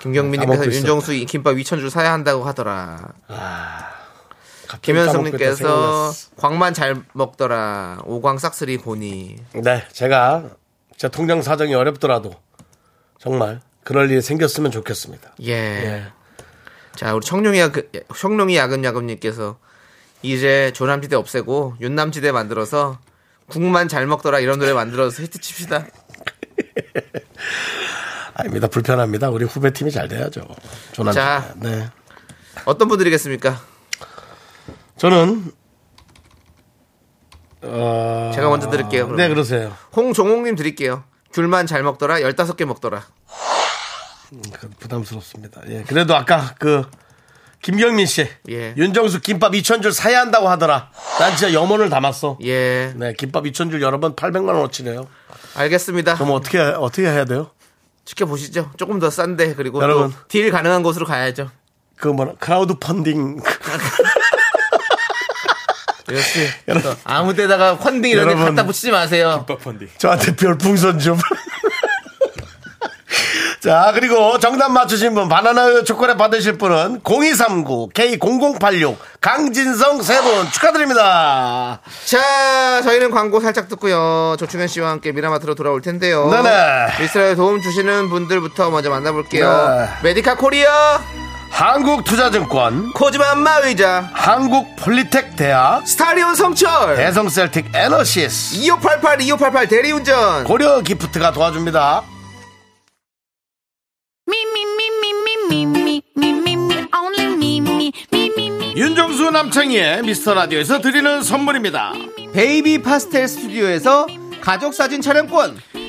S2: 김경민님께서
S1: 아, 먹고
S2: 윤정수 이 김밥 2천 줄 사야 한다고 하더라.
S1: 갑자기
S2: 김현성님께서
S1: 까먹고 있다
S2: 광만 잘 먹더라. 오광 싹쓸이 보니.
S1: 생각났어. 네, 제가 제 통장 사정이 어렵더라도 정말 그럴 일이 생겼으면 좋겠습니다. 네.
S2: 예. 자, 우리 청룡이 야금, 청룡이 야금야금님께서 이제 조남지대 없애고 윤남지대 만들어서 국만 잘 먹더라 이런 노래 만들어서 히트 칩시다.
S1: 아닙니다. 불편합니다. 우리 후배 팀이 잘 돼야죠. 조남.
S2: 자.
S1: 네.
S2: 어떤 분들이겠습니까?
S1: 저는 어...
S2: 제가 먼저 드릴게요. 그러면.
S1: 네, 그러세요.
S2: 홍종옥님 드릴게요. 귤만 잘 먹더라 15개 먹더라.
S1: 그, 부담스럽습니다. 예. 그래도 아까 그 김경민 씨,
S2: 예.
S1: 윤정수 김밥 2천 줄 사야 한다고 하더라. 난 진짜 염원을 담았어.
S2: 예.
S1: 네, 김밥 2천 줄 여러 번 800만 원어치네요.
S2: 알겠습니다.
S1: 그럼 어떻게 어떻게 해야 돼요?
S2: 지켜보시죠. 조금 더 싼데 그리고
S1: 여러분.
S2: 또 딜 가능한 곳으로 가야죠.
S1: 그 뭐라 크라우드 펀딩
S2: 역시 또 아무 데다가 펀딩 이런 데
S1: 여러분.
S2: 갖다 붙이지 마세요.
S1: 저한테 별풍선 좀. 자, 그리고 정답 맞추신 분, 바나나우유 초콜릿 받으실 분은 0239 K0086 강진성 세 분 축하드립니다.
S2: 자, 저희는 광고 살짝 듣고요. 조충현 씨와 함께 미라마트로 돌아올 텐데요.
S1: 네네.
S2: 미스라에 도움 주시는 분들부터 먼저 만나볼게요.
S1: 네.
S2: 메디카 코리아,
S1: 한국투자증권,
S2: 코지마 안마 의자,
S1: 한국폴리텍 대학,
S2: 스타리온 성철,
S1: 네. 대성셀틱 에너시스,
S2: 2588, 2588 대리운전,
S1: 고려 기프트가 도와줍니다. 윤정수 남창희의 미스터 라디오에서 드리는 선물입니다.
S2: 베이비 파스텔 스튜디오에서 가족사진 촬영권,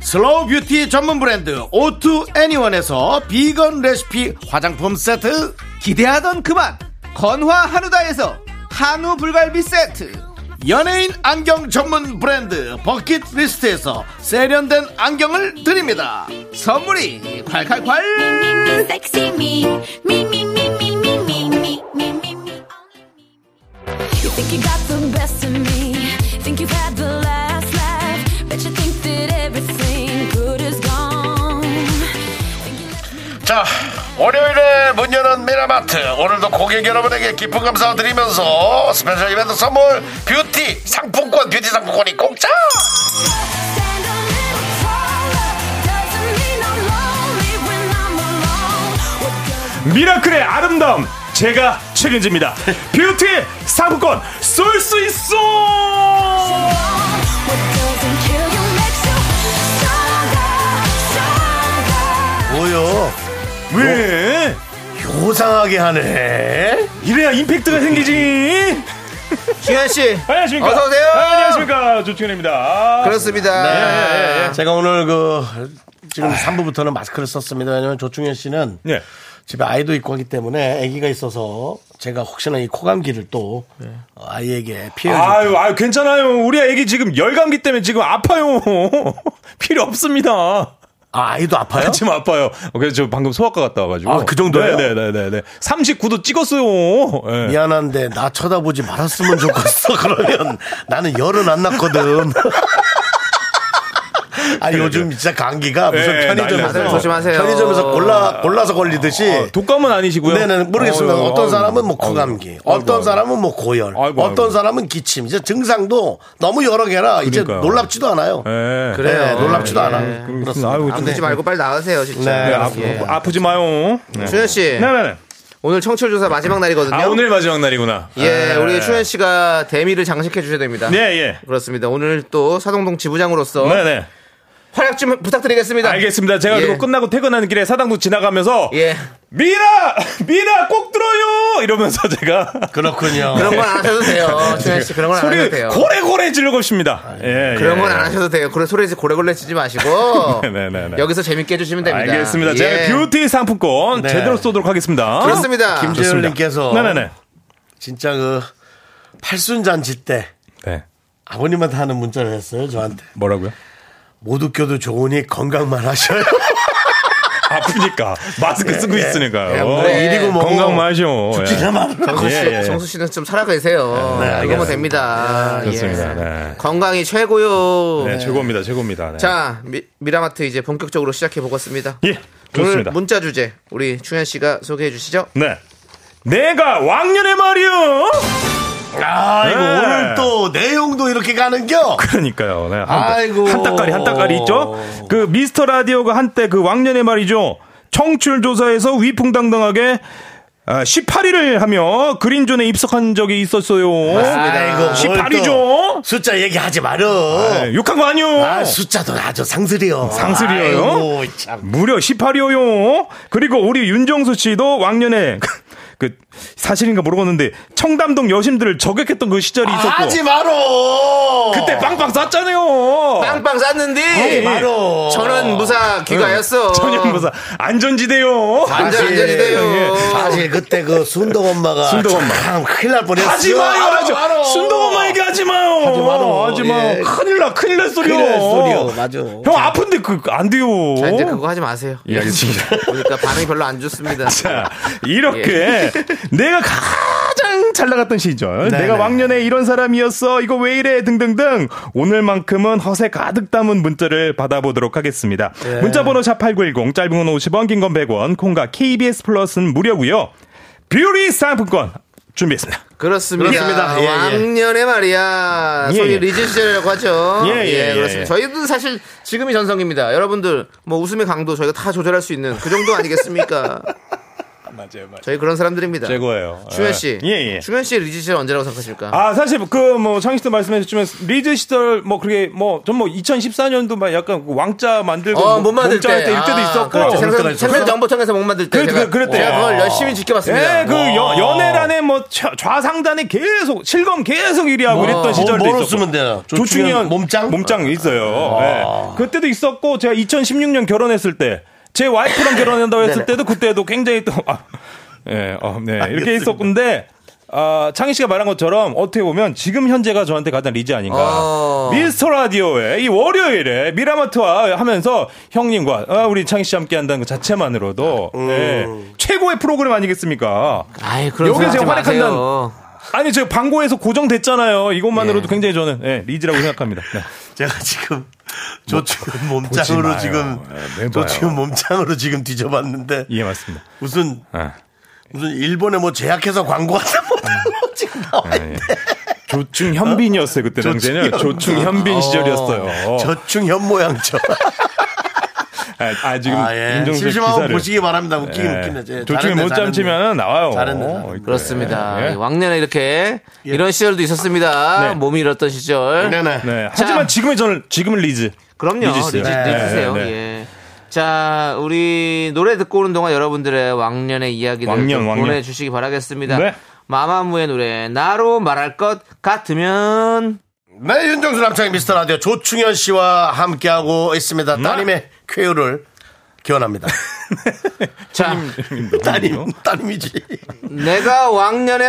S1: 슬로우 뷰티 전문 브랜드 오투 애니원에서 비건 레시피 화장품 세트
S2: 기대하던 그만 건화 한우다에서 한우 불갈비 세트
S1: 연예인 안경 전문 브랜드 버킷리스트에서 세련된 안경을 드립니다
S2: 선물이 콸콸콸
S5: Sexy me, me, me, me, me, me, me, me, me, me, me, only me. You think you got the best of me? Think you've had the last laugh? Bet you think that everything good is gone. Think you left me
S1: 자 월요일에 문 여는 미라마트 오늘도 고객 여러분에게 깊은 감사 드리면서 스페셜 이벤트 선물 뷰티 상품권 뷰티 상품권이 공짜
S5: stand a little taller. Doesn't mean I'm lonely when I'm alone. What does
S7: 미라클의 아름다움 제가 책임집니다. 뷰티 상품권 쏠 수 있어!
S5: what doesn't kill you makes you stronger, stronger.
S1: 뭐요
S7: 왜?
S8: 뭐?
S1: 요상하게 하네
S7: 이래야 임팩트가 생기지.
S2: 주현씨
S7: 안녕하십니까?
S2: 어서 오세요.
S7: 아, 안녕하십니까? 조충현입니다.
S1: 예,
S2: 네,
S7: 아,
S2: 그렇습니다
S1: 제가 오늘 그 지금 3부부터는 마스크를 썼습니다 왜냐면 조충현 씨는
S7: 예.
S1: 집에 아이도 있고 하기 때문에 아기가 있어서 제가 혹시나 이 코감기를 또 아이에게 피해줄
S7: 네. 아유, 아유, 괜찮아요. 우리 애기 지금 열감기 때문에 지금 아파요. 필요 없습니다.
S1: 아, 아이도 아파요?
S7: 지금 아파요. 어, 그래서 저 방금 소아과 갔다 와가지고.
S1: 아, 그 정도예요?
S7: 네네네네. 39도 찍었어요. 예.
S1: 미안한데 나 쳐다보지 말았으면 좋겠어. 그러면 나는 열은 안 났거든. 아 요즘 진짜 감기가 무슨
S7: 예,
S1: 편의점에서
S7: 난리났어요.
S2: 조심하세요.
S1: 편의점에서 골라 골라서 걸리듯이
S7: 아, 독감은 아니시고요.
S1: 예. 네네 모르겠습니다.
S7: 아유,
S1: 어떤
S7: 아유,
S1: 사람은 뭐
S7: 아유,
S1: 코감기,
S7: 아이고,
S1: 어떤
S7: 아이고.
S1: 사람은 뭐 고열,
S7: 아이고,
S1: 어떤
S7: 아이고.
S1: 사람은 기침. 이제 증상도 너무 여러 개라 이제
S7: 그러니까요.
S1: 놀랍지도 않아요.
S7: 예.
S1: 네,
S2: 그래요.
S1: 놀랍지도
S2: 예.
S1: 않아.
S7: 그렇습니다.
S1: 그렇습니다.
S7: 아유, 좀
S2: 아프지 말고 빨리 나가세요 진짜
S1: 네,
S7: 아프,
S1: 예.
S7: 아프지 마요. 네.
S2: 주현씨
S7: 네네네.
S2: 오늘 청취율 조사 마지막 날이거든요
S7: 아, 오늘 마지막 날이구나.
S2: 예,
S7: 아,
S2: 우리 추현 씨가 대미를 장식해 주셔야 됩니다.
S7: 네, 예.
S2: 그렇습니다. 오늘 또 사동동
S1: 어?
S2: 지부장으로서
S7: 네네.
S2: 활약 좀 부탁드리겠습니다.
S7: 알겠습니다. 제가
S2: 예.
S7: 그리고 끝나고 퇴근하는 길에 사당도 지나가면서
S2: 예.
S7: 미라! 미라 꼭 들어요! 이러면서 제가
S1: 그렇군요.
S2: 그런 건 안 하셔도 돼요. 추현 씨 그런 건 안
S7: 소리
S2: 하셔도 돼요. 아, 네.
S7: 고래고래 지를 것입니다. 예,
S2: 그런
S7: 예.
S2: 건 안 하셔도 돼요. 그런 소리에서 고래골래 치지 마시고
S7: 네, 네, 네, 네.
S2: 여기서 재밌게 해주시면 됩니다.
S7: 알겠습니다. 제가
S2: 예.
S7: 뷰티 상품권
S1: 네.
S7: 제대로 쏘도록 하겠습니다.
S2: 그렇습니다.
S1: 김재-
S7: 좋습니다.
S1: 님께서
S7: 네네네.
S1: 진짜 그 팔순잔치 때
S7: 네.
S1: 아버님한테 하는 문자를 했어요 저한테.
S7: 뭐라고요?
S1: 못 웃겨도 좋으니 건강만 하셔요.
S7: 아프니까 마스크 쓰고
S2: 예,
S7: 있으니까요.
S2: 뭐
S7: 어,
S1: 일이고 뭐고.
S7: 건강 마셔.
S1: 죽지나 말아.
S2: 정수 씨,
S7: 예, 네, 예.
S2: 정수 씨는 좀 살아가세요. 이러면
S1: 알겠습니다.
S2: 됩니다.
S7: 좋습니다.
S2: 예.
S7: 네.
S2: 건강이 최고요.
S7: 네, 최고입니다. 최고입니다. 네.
S2: 자, 미, 라마트 이제 본격적으로 시작해 보겠습니다.
S7: 예,
S2: 오늘
S7: 좋습니다.
S2: 문자 주제 우리 충현 씨가 소개해 주시죠.
S7: 네. 내가 왕년의 말이요.
S1: 아이고
S7: 네.
S1: 오늘 또 내용도 이렇게 가는겨.
S7: 그러니까요. 네, 한,
S1: 아이고.
S7: 한 따까리 한 따까리 있죠. 그 미스터 라디오가 한때 그 왕년의 말이죠. 청출 조사에서 위풍당당하게 18위를 하며 그린존에 입석한 적이 있었어요.
S1: 아이고
S7: 18이죠.
S1: 죠 숫자 얘기하지 마라.
S7: 네, 욕한 거 아니요.
S1: 아 숫자도 아주 상슬이요.
S7: 상슬이에요?
S1: 아이고, 참.
S7: 무려 18이요. 그리고 우리 윤정수 씨도 왕년에 그 사실인가 모르겠는데 청담동 여심들을 저격했던 그 시절이 있었고
S1: 아, 하지 마로.
S7: 그때 예. 빵빵 쐈잖아요. 어.
S2: 빵빵 쐈는데
S1: 바로.
S2: 저는
S7: 뭐
S2: 무사
S7: 네,
S2: 귀가였어.
S7: 전현무사 안전지대요.
S1: 아,
S2: 안전 안전이돼요.
S1: 예. 사실 그때 그 순동 엄마가
S7: 순덕 엄마.
S1: 참 큰일 날 뻔했어.
S7: 하지 마요. 하지 마요. 예, 아, 순동엄마 얘기 하지 마요.
S1: 하지 마요.
S7: 하지 마요.
S1: 예.
S7: 큰일 나. 큰일 날 소리요.
S1: 큰일 날 소리요. 맞아.
S7: 형 아픈데 그 안 돼요.
S2: 자, 이제 그거 하지 마세요.
S7: 예, 알겠습니다.
S2: 보니까 반응이 별로 안 좋습니다.
S7: 자, 이렇게 내가 가장 잘 나갔던 시절,
S1: 네네.
S7: 내가 왕년에 이런 사람이었어, 이거 왜 이래 등등등 오늘만큼은 허세 가득 담은 문자를 받아보도록 하겠습니다. 문자번호 샵8910 짧은 건 50원, 긴 건 100원, 콩과 KBS 플러스는 무료고요. 뷰티 상품권 준비했습니다.
S2: 그렇습니다.
S1: 그렇습니다. 예, 예.
S2: 왕년에 말이야.
S7: 예,
S2: 소위
S7: 예.
S2: 리즈 시절이라고 하죠.
S7: 예, 예, 예,
S2: 그렇습니다.
S7: 예.
S2: 저희도 사실 지금이 전성입니다. 여러분들, 뭐 웃음의 강도 저희가 다 조절할 수 있는 그 정도 아니겠습니까?
S7: 맞아요, 맞아요.
S2: 저희 그런 사람들입니다.
S7: 최고예요.
S2: 추면 씨.
S7: 예, 예.
S2: 추면 씨 리지 씨는 언제라고 생각하십니까?
S7: 아, 사실 그 뭐 창희 씨도 말씀해주셨지만 리즈 시절 뭐 그게 뭐 전 뭐 2014년도 막 약간 그 왕자 만들고
S2: 어, 못
S7: 뭐
S2: 만들
S7: 공짜
S2: 때.
S7: 할 때일 때도
S2: 아,
S7: 있었고
S1: 때가
S2: 그렇죠. 생산,
S1: 있었어.
S2: 생산 정보청에서 못 만들 때.
S7: 그랬-
S2: 제가,
S7: 그랬대요.
S2: 제가 그걸
S7: 와.
S2: 열심히 지켜봤습니다.
S7: 예, 그 여- 연애란에 뭐 좌- 좌상단에 계속 실검 계속 일이
S2: 어.
S7: 하고 이랬던 시절도
S1: 뭐로
S7: 있었고.
S1: 쓰면 돼요?
S7: 조충현
S1: 몸짱?
S7: 몸짱 있어요.
S2: 아.
S7: 예. 그때도 있었고 제가 2016년 결혼했을 때 제 와이프랑 결혼한다고 했을
S2: 네네.
S7: 때도 그때도 굉장히 또 아, 예, 어, 네 이렇게 있었는데. 아, 창희 씨가 말한 것처럼 어떻게 보면 지금 현재가 저한테 가장 리즈 아닌가.
S2: 어.
S7: 미스터 라디오에 이 월요일에 미라마트와 하면서 형님과 아, 우리 창희 씨 함께 한다는 것 자체만으로도
S1: 음.
S7: 예, 최고의 프로그램 아니겠습니까?
S2: 아이, 그런
S7: 여기서
S2: 소리 하지
S7: 제가 활약한
S2: 마세요.
S7: 아니 저 광고에서 고정됐잖아요. 이것만으로도
S2: 예.
S7: 굉장히 저는 예, 리즈라고 생각합니다. 네.
S1: 제가 지금 조충현 몸짱으로
S7: 뭐 마요.
S1: 지금
S7: 예, 매봐요.
S1: 조충현 몸짱으로 지금 뒤져봤는데
S7: 예 맞습니다.
S1: 무슨
S7: 예.
S1: 무슨 일본에 뭐 제약해서 광고하는 모델로 지금 나와
S7: 예.
S1: 있네.
S7: 조충현빈이었어요 그때 당시에는
S1: 아? 조충현. 아.
S7: 조충현빈 시절이었어요.
S1: 저충현 모양처.
S7: 아, 아, 지금
S1: 아, 예.
S7: 임종석
S1: 심심하면
S7: 기사를
S1: 보시기 바랍니다. 웃기긴
S7: 예.
S1: 웃기네. 예,
S7: 조충현
S1: 잘했네,
S7: 못
S1: 잘했네.
S7: 잠치면 나와요.
S1: 잘했네, 잘했네.
S2: 그렇습니다.
S7: 예.
S2: 이 왕년에 이렇게 이런 시절도 있었습니다.
S7: 네.
S2: 몸이 잃었던 시절.
S1: 네네.
S7: 네. 하지만 지금은 저는 지금은 리즈.
S2: 그럼요.
S7: 리지
S2: 리지,
S7: 씨요.
S2: 리지
S7: 네,
S2: 세요
S7: 네, 네.
S2: 예. 자, 우리 노래 듣고 오는 동안 여러분들의 왕년의 이야기들
S7: 왕년,
S2: 좀
S7: 왕년.
S2: 보내주시기 바라겠습니다.
S7: 네.
S2: 마마무의 노래 나로 말할 것 같으면
S1: 네, 윤정수 남창의 미스터 라디오 조충현 씨와 함께하고 있습니다.
S7: 음?
S1: 따님의 쾌유를 기원합니다.
S2: 자,
S1: 따님, 따님이지.
S2: 내가 왕년에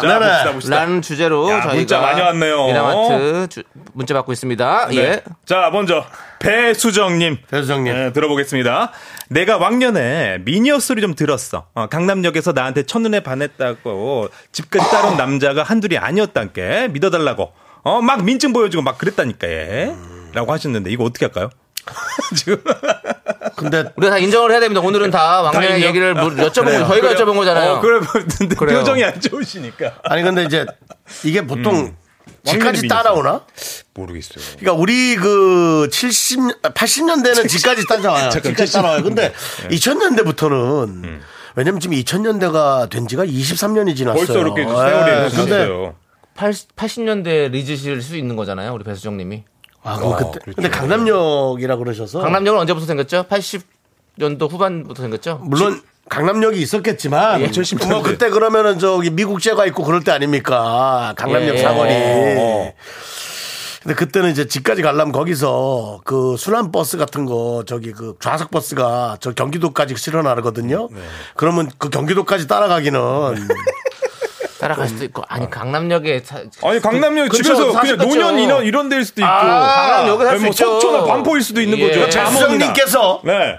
S7: 자,
S1: 네네.
S7: 봅시다, 봅시다.
S2: 라는 주제로
S7: 야,
S2: 저희가
S7: 문자 많이 왔네요.
S2: 미라마트 주- 문자 받고 있습니다.
S7: 네.
S2: 예.
S7: 자, 먼저 배수정님.
S1: 배수정님.
S7: 네, 들어보겠습니다. 내가 왕년에 미니어 소리 좀 들었어. 어, 강남역에서 나한테 첫눈에 반했다고 집까지 따른 남자가 한둘이 아니었단께 믿어달라고. 어, 막 민증 보여주고 막 그랬다니까, 예. 라고 하셨는데, 이거 어떻게 할까요? 지금.
S1: 근데
S2: 우리가 다 인정을 해야 됩니다. 오늘은 다 왕년의
S7: 인정? 아,
S2: 얘기를 뭐 여쭤본
S1: 그래요.
S2: 거 저희가 여쭤본 거잖아요.
S7: 어, 그래, 근데
S2: 그래요.
S7: 표정이 안 좋으시니까.
S1: 아니 근데 이제 이게 보통 집까지
S7: 음. 왕년의
S1: 따라오나?
S7: 모르겠어요.
S1: 그러니까 우리 그 70, 80년대는 집까지 따라와요. 집까지 따라와요. 근데
S7: 음, 예.
S1: 2000년대부터는 왜냐면 지금 2000년대가 된 지가 23년이 지났어요.
S7: 벌써 이렇게
S2: 아,
S7: 세월이
S1: 예, 근데
S7: 지났어요.
S2: 80, 80년대 리즈실 수 있는 거잖아요. 우리 배수정 님이.
S1: 아,
S7: 어,
S1: 그거 그때
S7: 그렇죠.
S1: 근데 강남역이라 그러셔서
S2: 강남역은 언제부터 생겼죠? 80년도 후반부터 생겼죠?
S7: 뭐
S1: 물론 강남역이 있었겠지만
S7: 예.
S1: 뭐 그때 그러면은 저기 미국제가 있고 그럴 때 아닙니까 강남역
S2: 예.
S7: 어,
S1: 사거리. 근데 그때는 이제 집까지 가려면 거기서 그 순환 버스 같은 거 저기 그 좌석 버스가 저 경기도까지 실어나르거든요.
S7: 네.
S1: 그러면 그 경기도까지 따라가기는 네.
S2: 따라갈 수도 있고 아니 강남역에 사-
S7: 아니, 강남역
S1: 그쵸,
S7: 집에서
S1: 사실
S7: 그냥 노년,
S1: 그쵸.
S7: 인원 이런 데일 수도 있고.
S2: 그렇죠. 아, 강남역은 할수
S7: 뭐
S2: 있죠.
S7: 속초나 반포일 수도 있는
S2: 예.
S7: 거죠. 잠원이나.
S1: 장수정님께서
S7: 네.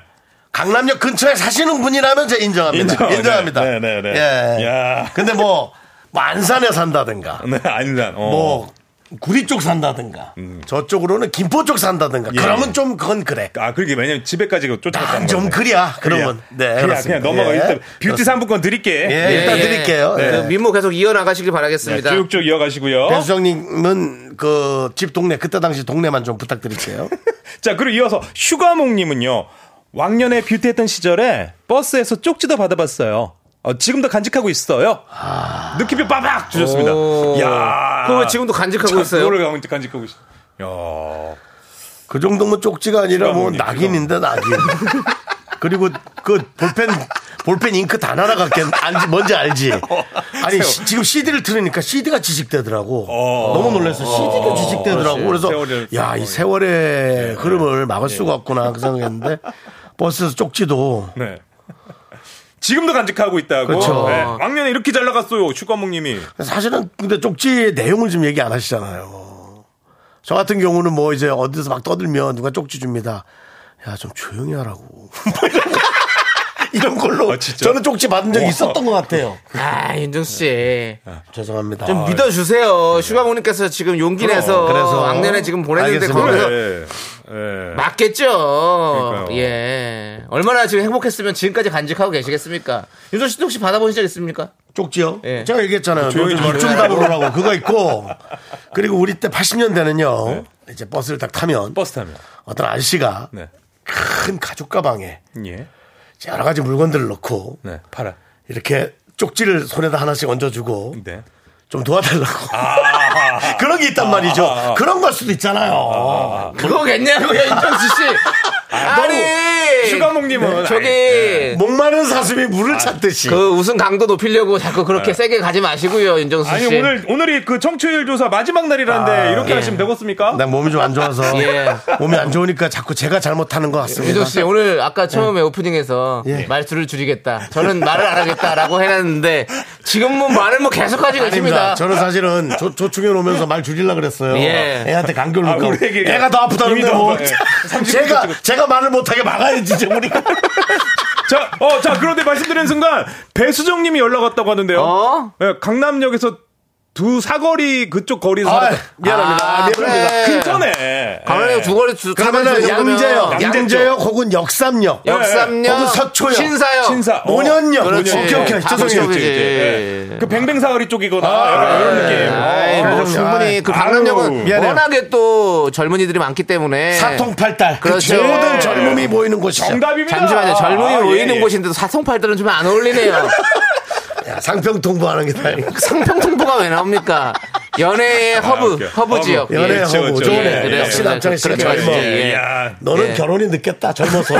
S1: 강남역 근처에 사시는 분이라면 제가 인정합니다.
S7: 인정.
S1: 합니다
S7: 네, 네, 네.
S1: 예.
S7: 야.
S1: 근데 뭐, 뭐 안산에 산다든가
S7: 네, 아니다. 어. 음.
S1: 뭐 구리 쪽 산다든가 저쪽으로는 김포 쪽 산다든가
S7: 예.
S1: 그러면 좀 그건 그래.
S7: 아, 그러게 왜냐면 집에까지 쫓아갔다는
S1: 난좀 그리야. 그러면 네
S7: 그냥,
S1: 그렇습니다.
S7: 그냥 넘어가.
S1: 예.
S7: 일단 뷰티
S1: 그렇습니다.
S7: 상품권 드릴게.
S1: 예, 일단
S2: 예, 예.
S1: 드릴게요.
S2: 그
S1: 예.
S2: 민모 계속 이어나가시길 바라겠습니다.
S7: 네. 쭉쭉 이어가시고요.
S1: 배수정님은 그 집 동네 그때 당시 동네만 좀 부탁드릴게요.
S7: 자, 그리고 이어서 슈가몽님은요. 왕년에 뷰티했던 시절에 버스에서 쪽지도 받아봤어요. 어, 지금도 간직하고 있어요.
S1: 아.
S7: 느낌표 빠박 주셨습니다.
S2: 오.
S7: 야,
S2: 그거 왜 지금도 간직하고 있어요?
S7: 그걸 왜 간직하고 있어. 야,
S1: 그 정도면 쪽지가 아니라 뭐
S7: 슈가몽님,
S1: 낙인인데 낙인. 그리고 그 볼펜 볼펜 잉크 다 날아갔겠 알지 뭔지 알지. 아니 시- 지금 CD를 틀으니까 CD가 지식되더라고. 너무 놀라서 CD도 지식되더라고. 그래서
S7: 세월을-
S1: 야 이 세월의 흐름을 막을 수가 없구나 그 생각했는데 버스에서 쪽지도
S7: 네. 지금도 간직하고 있다고.
S1: 그렇죠.
S7: 네. 왕년에 이렇게 잘 나갔어요. 슈가몽님이.
S1: 사실은 근데 쪽지 내용을 지금 얘기 안 하시잖아요. 저 같은 경우는 뭐 이제 어디서 막 떠들면 누가 쪽지 줍니다. 야 좀 조용히 하라고. 뭐 이런 거. 이런 걸로
S7: 아, 진짜?
S1: 저는 쪽지 받은 적이 있었던 것 같아요.
S2: 아, 윤정수 씨.
S1: 죄송합니다.
S2: 좀 믿어 주세요. 슈가모님께서 지금 용기 내서
S1: 아, 그래서.
S2: 왕년에 지금 보냈는데
S1: 알겠습니다.
S2: 거기서
S7: 예. 예.
S2: 맞겠죠.
S7: 그러니까요.
S2: 예. 얼마나 지금 행복했으면 지금까지 간직하고 계시겠습니까? 윤정 씨도 혹시 받아보신 적 있습니까?
S1: 쪽지요?
S2: 예.
S1: 제가 얘기했잖아요.
S7: 조용히 좀
S1: 좀 다루라고 그거 있고 그리고 우리 때 80년대는요. 이제 버스를 딱 타면
S7: 네. 버스 타면.
S1: 어떤 아저씨가
S7: 네.
S1: 큰 가죽 가방에
S7: 예.
S1: 여러 가지 물건들을 넣고
S7: 네. 팔아.
S1: 이렇게 쪽지를 손에다 하나씩 얹어주고
S7: 네. 아.
S1: 좀 도와달라고. 그런 게 있단 말이죠. 그런 걸 수도 있잖아요. 뭐.
S2: 그거겠냐고요, 윤정수 씨. 아니,
S7: 슈가몽님은
S2: 네. 저기
S7: 네.
S1: 네. 목마른 사슴이
S7: 아,
S1: 물을 찾듯이.
S2: 그 우승 강도 높이려고 자꾸 그렇게 세게 가지 마시고요, 윤정수 씨. 아,
S7: 아니 오늘 오늘이 그 청취율 조사 마지막 날이라는데 이렇게 하시면 되겠습니까?
S2: 네.
S1: 난 몸이 좀 안 좋아서
S2: 예.
S1: 몸이 안 좋으니까 자꾸 제가 잘못하는 것 같습니다.
S2: 윤정수 씨 오늘 아까 처음에 오프닝에서
S1: 예.
S2: 말수를 줄이겠다. 저는 말을 안 하겠다라고 해놨는데 지금 뭐 말을 뭐 계속 하시고
S1: 아닙니다.
S2: 있습니다.
S1: 저는 사실은 조, 조충현 오면서 말 줄일라 그랬어요.
S2: 예.
S1: 애한테 간교를
S7: 아,
S1: 놓고
S7: 우리 얘기-
S1: 애가 더 아프다는데
S7: 이미
S1: 뭐.
S7: 더- 예.
S1: 제가 제가 말을 못하게 막아야지 이제 우리가
S7: 자, 어, 자 그런데 말씀드리는 순간 배수정님이 연락 왔다고 하는데요.
S2: 어?
S7: 예, 강남역에서 두 사거리 그쪽 거리에서
S1: 아,
S7: 살았다. 미안합니다.
S2: 아,
S7: 미안합니다.
S2: 그래.
S7: 근처네.
S2: 강원에 두 거리 두
S1: 그러면은 양재역,
S7: 양재죠.
S1: 양재역 혹은 역삼역,
S2: 역삼역,
S1: 혹은 서초역,
S2: 신사역,
S7: 신사. 네. 어.
S1: 노년역.
S2: 그렇지.
S1: 오케이 오케이
S2: 예, 다
S1: 죄송해요.
S2: 그쪽이지.
S7: 예. 그 뱅뱅 사거리 쪽이거나 약간 이런 느낌.
S2: 아, 예. 네. 아이,
S1: 어,
S2: 뭐
S1: 그래서-
S2: 충분히 그
S1: 아유,
S2: 강남역은
S1: 미안해요.
S2: 워낙에 또 젊은이들이 많기 때문에
S1: 네. 사통팔달. 그
S2: 그렇죠.
S1: 모든 젊음이 모이는 곳이죠.
S7: 정답입니다.
S2: 잠시만요. 젊은이
S7: 아,
S2: 모이는
S7: 예, 예.
S2: 곳인데도 사통팔들은 좀 안 어울리네요.
S1: 야, 상평통보하는 게 다행이야.
S2: 상평통보가 왜 나옵니까? 연애의 허브,
S7: 웃겨.
S2: 허브
S7: 허브.
S2: 지역.
S1: 연애
S2: 예.
S7: 그렇죠,
S1: 하고
S7: 그렇죠. 예,
S1: 좋네.
S7: 그래요.
S1: 역시
S2: 그래요.
S1: 남창희 씨.
S2: 그렇죠,
S1: 뭐,
S2: 예, 예.
S7: 야,
S1: 너는
S2: 예.
S1: 결혼이 늦겠다. 젊어서.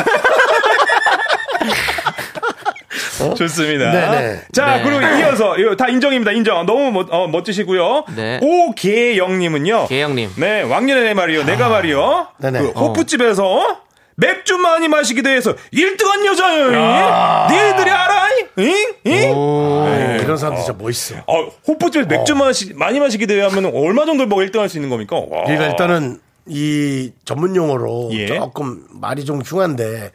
S7: 좋습니다.
S1: 네네.
S7: 자,
S2: 네.
S7: 그리고 이어서 이거 다 인정입니다. 인정. 너무 멋, 어, 멋지시고요.
S2: 네.
S7: 오계영님은요.
S2: 계영님.
S7: 네, 왕년에 말이요.
S2: 아.
S7: 내가 말이요.
S1: 네네.
S7: 그
S1: 어.
S7: 호프집에서 맥주 많이 마시기도 해서 1등한 여자요.
S2: 아.
S7: 잉? 니들이 알아? 잉? 잉?
S1: 네. 이런 사람들 진짜 멋있어.
S7: 어, 호프집에서 맥주 마시, 많이 마시기도 해 하면 얼마 정도 먹어 1등할 수 있는 겁니까? 와.
S1: 그러니까 일단은 이 전문 용어로
S7: 어. 예.
S1: 조금 말이 좀 흉한데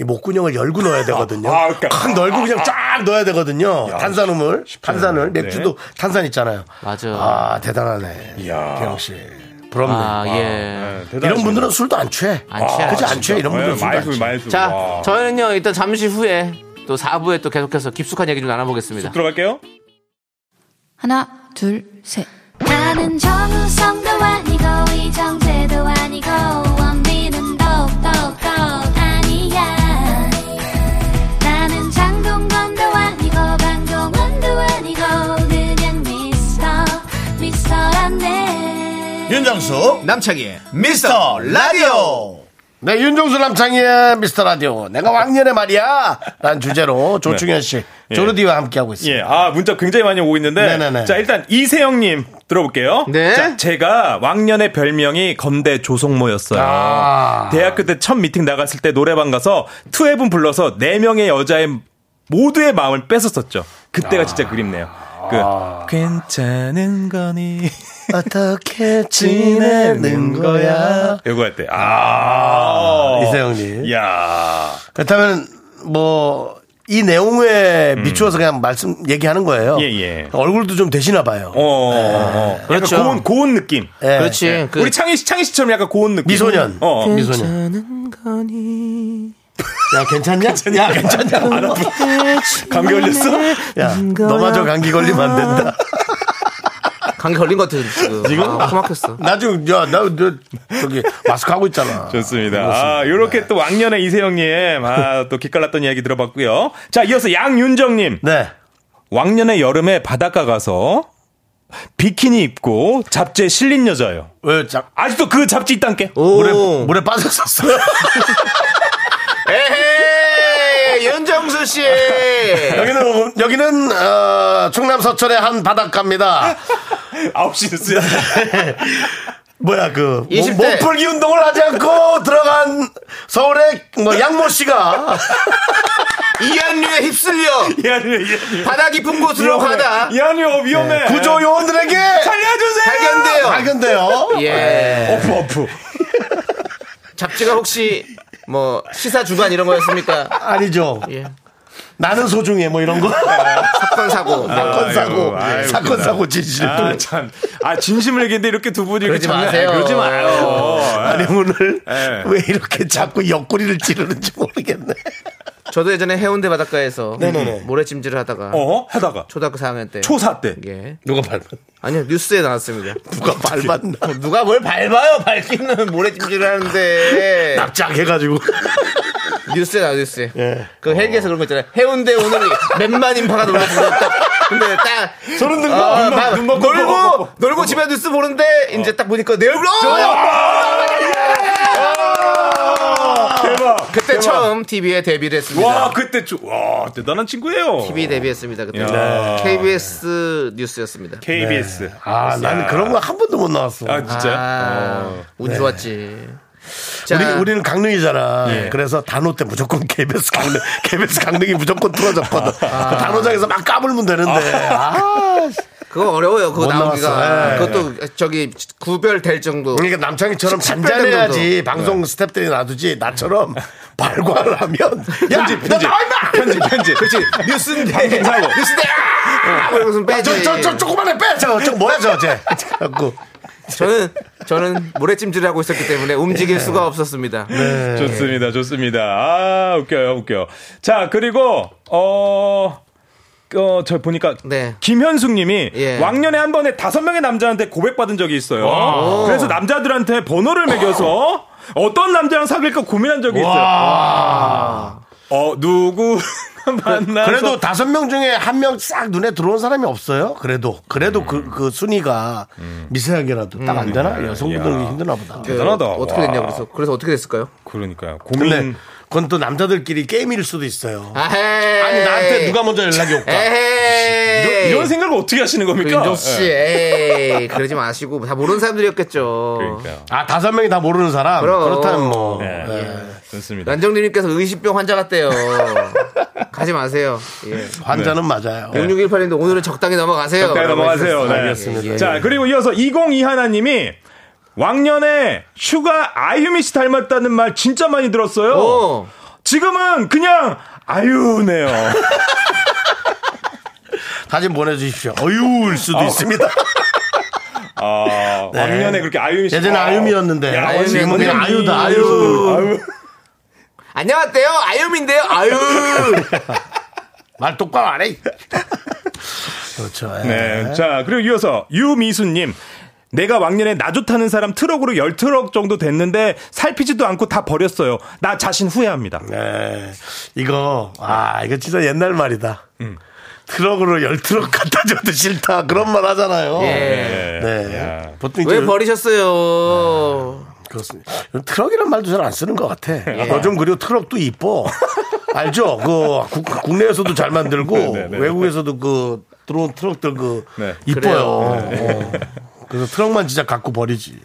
S1: 이 목구멍을 열고 넣어야 되거든요.
S7: 아, 그러니까.
S1: 확 넓고 그냥 쫙 넣어야 되거든요. 탄산음을, 탄산을,
S7: 네.
S1: 맥주도 탄산 있잖아요.
S2: 맞아.
S1: 아, 대단하네.
S7: 이야.
S1: 기영 씨. 부럽네.
S2: 아,
S7: 네,
S2: 예.
S7: 대단하십니다.
S1: 이런 분들은 술도 안 취해.
S2: 안 취하죠.
S1: 그지 안 취해. 이런 분들은
S7: 네,
S1: 술도 안
S7: 말술,
S1: 취해.
S7: 말술.
S2: 자,
S7: 와.
S2: 저희는요, 일단 잠시 후에 또 4부에 또 계속해서 깊숙한 얘기 좀 나눠보겠습니다.
S7: 들어갈게요.
S9: 하나, 둘, 셋.
S5: 나는 정우성도 아니고 이정재도 아니고 원빈은 더욱더 아니야 나는 장동건도 아니고 방종원도 아니고 그냥 미스터 미스터란데
S1: 윤정수
S10: 남창희의
S1: 미스터 라디오 네 윤정수 남창희의 미스터 라디오 내가 왕년에 말이야 라는
S7: 네.
S1: 주제로 조충현 씨 조르디와 함께하고 있습니다
S7: 예, 아, 문자 굉장히 많이 오고 있는데.
S1: 네네네.
S7: 자, 일단 이세영님 들어볼게요.
S2: 네.
S7: 자, 제가 왕년의 별명이 건대 조성모였어요.
S1: 아.
S7: 대학교 때 첫 미팅 나갔을 때 노래방 가서 투앱은 불러서 네명의 여자의 모두의 마음을 뺏었었죠.
S1: 아.
S7: 그때가 진짜 그립네요. 그, 괜찮은 거니.
S1: 어떻게 지내는 거야
S7: 요거 할 때. 아.
S1: 이세영님
S7: 야
S1: 그렇다면 뭐 이 내용에 미추어서 그냥 말씀 얘기하는 거예요
S7: 음. 예, 예.
S1: 얼굴도 좀 되시나 봐요
S7: 어, 어, 어. 약간
S2: 그렇죠.
S7: 고운, 고운 느낌.
S1: 예.
S2: 그렇지. 그
S7: 네. 우리 창희 씨, 창희 씨처럼 약간 고운 느낌.
S1: 미소년
S7: 어, 어.
S1: 미소년 야 괜찮냐 야 괜찮냐
S7: 감기 걸렸어? 아,
S1: 야 너마저 감기 걸리면 안 된다
S2: 감기 걸린 것 같아, 지금. 지금? 아, 막혔어.
S1: 나 지금 야나 저기 마스크 하고 있잖아.
S7: 좋습니다. 아, 요렇게 또 왕년의 이세영님, 아, 또 기깔났던 이야기 들어봤고요. 자, 이어서 양윤정님.
S1: 네.
S7: 왕년의 여름에 바닷가 가서 비키니 입고 잡지에 실린 여자예요.
S1: 왜 자,
S7: 아직도 그 잡지 있단께?
S1: 물에
S7: 어.
S1: 물에 빠졌었어.
S2: 에헤이! 예, 윤정수 씨!
S1: 여기는 여기는 어, 충남 서천의 한 바닷가입니다.
S7: 9시 뉴스야.
S1: 뭐야 그
S2: 20대.
S1: 몸- 몸풀기 운동을 하지 않고 들어간 서울의 뭐 양모 씨가
S2: 이현류에 휩쓸려! 바다 깊은 곳으로 가다!
S7: 야니요, 위험해.
S1: 네, 구조 요원들에게
S7: 예. 살려주세요!
S2: 발견돼요!
S1: 발견돼요.
S2: 예.
S7: 어프, 어프.
S2: 잡지가 혹시 뭐 시사 주간 이런 거였습니까?
S1: 아니죠.
S2: 예.
S1: 나는 소중해 뭐 이런 거.
S2: 사건 사고. 뭐
S1: 사건 사고
S7: 아이고, 아이고,
S1: 사건
S7: 그냥.
S1: 사고 진실.
S7: 아, 참. 아, 진심을 얘기했는데 이렇게 두 분이 이렇게 아,
S2: 그러지
S7: 장난-
S2: 마세요. 어.
S7: 그러지 어, 마요.
S1: 아니 오늘
S7: 예.
S1: 왜 이렇게 자꾸 옆구리를 찌르는지 모르겠네.
S2: 저도 예전에 해운대 바닷가에서
S1: 네네네.
S2: 모래찜질을 하다가
S7: 어? 하다가.
S2: 초등학교 4학년 때
S7: 초사 때.
S2: 예.
S1: 누가 밟았?
S2: 아니요 뉴스에 나왔습니다.
S1: 누가 밟았나?
S2: 누가 뭘 밟아요? 밟기는 모래찜질을 하는데
S1: 납작해가지고
S2: 뉴스에 나와 뉴스에.
S1: 예.
S2: 그 헬기에서 그런 거 있잖아요. 해운대 오늘 몇만 인파가 놀랐습니다. 딱. 근데 딱
S1: 소름 돋고
S2: 어,
S1: 눈
S2: 막
S1: 먹- 눈 먹고
S2: 놀고
S1: 먹고 먹고.
S2: 놀고 집에 뉴스 보는데 이제 딱 보니까 내 얼굴. 어!
S7: 대박.
S2: 그때 처음 TV에 데뷔를 했습니다.
S7: 와, 그때 주, 와, 대단한 친구예요.
S2: TV 데뷔했습니다. 그때
S7: 야.
S2: 네. KBS 뉴스였습니다.
S7: KBS.
S1: 아, 난 그런 거 한 번도 못 나왔어.
S7: 아, 진짜요?
S2: 네. 아, 운 좋았지. 자,
S1: 어. 네. 우리, 우리는 강릉이잖아. 그래서 단호 때 무조건 KBS 강릉, KBS 강릉이 무조건 틀어졌거든. 단호장에서 막 까불면 되는데. 아,
S2: 그거 어려워요. 그거
S1: 못
S2: 나오기가
S1: 나왔어. 예.
S2: 그것도 저기 구별될 정도.
S1: 그러니까 남창희처럼
S2: 17
S1: 잔잔해야지 방송 스탭들이 놔두지 나처럼 발광을 하면 야,
S7: 편집,
S1: 너
S7: 편집.
S1: 나와 임마!
S7: 편집, 편집.
S2: 그렇지 뉴스인데
S7: 방송사고.
S2: 뉴스인데 아! 뭐 이러고선
S1: 저,
S2: 빼지.
S1: 저, 저, 조그만해 빼! 저, 저 뭐야 저쟤 자꾸
S2: 저는 저는 모래찜질을 하고 있었기 때문에 움직일
S7: 네.
S2: 수가 없었습니다.
S7: 좋습니다, 좋습니다. 아, 웃겨요, 웃겨요. 자, 그리고, 어, 어, 저 보니까
S2: 네.
S7: 김현숙 님이
S2: 예.
S7: 왕년에 한 번에 다섯 명의 남자한테 고백받은 적이 있어요. 그래서 남자들한테 번호를 매겨서 어떤 남자랑 사귈까 고민한 적이 있어요. 어, 누구 만나서
S1: 그래도 다섯 명 중에 한 명 싹 눈에 들어온 사람이 없어요 그래도 그래도 그, 그 순위가 미세하게라도 딱 안 되나? 여성분들이
S7: 야.
S1: 힘드나 보다
S2: 그,
S7: 대단하다.
S2: 어떻게 됐냐 그래서 그래서 어떻게 됐을까요?
S7: 그러니까요.
S1: 근데
S7: 고민
S1: 그건 또 남자들끼리 게임일 수도 있어요
S2: 아니
S1: 아니 나한테 누가 먼저 연락이 올까?
S2: 네. 에헤이.
S7: 뭐 이런 생각을 어떻게 하시는
S2: 네. 그
S7: 겁니까?
S2: 윤종 씨,
S7: 예.
S2: 에이, 그러지 마시고 다 모르는 사람들이었겠죠.
S7: 그러니까요.
S1: 아 다섯 명이 다 모르는 사람
S2: 그럼.
S1: 그렇다면 뭐
S7: 네.
S1: 예.
S2: 어.
S7: 좋습니다.
S2: 난정님께서 의식병 환자 같대요. 가지 마세요. 예.
S1: 환자는 맞아요
S2: 0618인데 오늘은 적당히 넘어가세요.
S7: 네. 적당히
S2: 라고
S7: 넘어가세요.
S2: 하셨어요.
S7: 네.
S2: 예, 예, 예.
S7: 자, 그리고 이어서 202 하나님이 왕년에 슈가 아유미 씨 닮았다는 말 진짜 많이 들었어요.
S2: 오.
S7: 지금은 그냥 아유네요.
S1: 사진 보내주십시오 어유일 수도 있습니다
S7: 아, 왕년에 그렇게 아유미 씨.
S1: 예전에 아유미였는데
S7: 야,
S2: 아유미,
S1: 지금은 그냥
S2: 아유미.
S1: 아유다 아유
S7: 아유.
S2: 안녕하세요. 아유민데요. 아유.
S1: 말 똑바로 안 해. 그렇죠. 예.
S7: 네. 자, 그리고 이어서 유미수님. 내가 왕년에 나 좋다는 사람 트럭으로 열 트럭 정도 됐는데 살피지도 않고 다 버렸어요. 나 자신 후회합니다.
S1: 예. 이거 아 이거 진짜 옛날 말이다. 트럭으로 열 트럭 갖다 줘도 싫다 그런 말 하잖아요.
S2: 예.
S1: 네.
S7: 야.
S1: 보통 이제
S2: 왜 버리셨어요?
S1: 그렇습니다. 트럭이란 말도 잘 안 쓰는 것 같아.
S7: 예.
S1: 요즘 그리고 트럭도 이뻐. 알죠? 그 국- 국내에서도 잘 만들고
S7: 네, 네.
S1: 외국에서도 그 들어온 트럭들 그
S7: 네.
S1: 이뻐요. 어. 그래서 트럭만 진짜 갖고 버리지.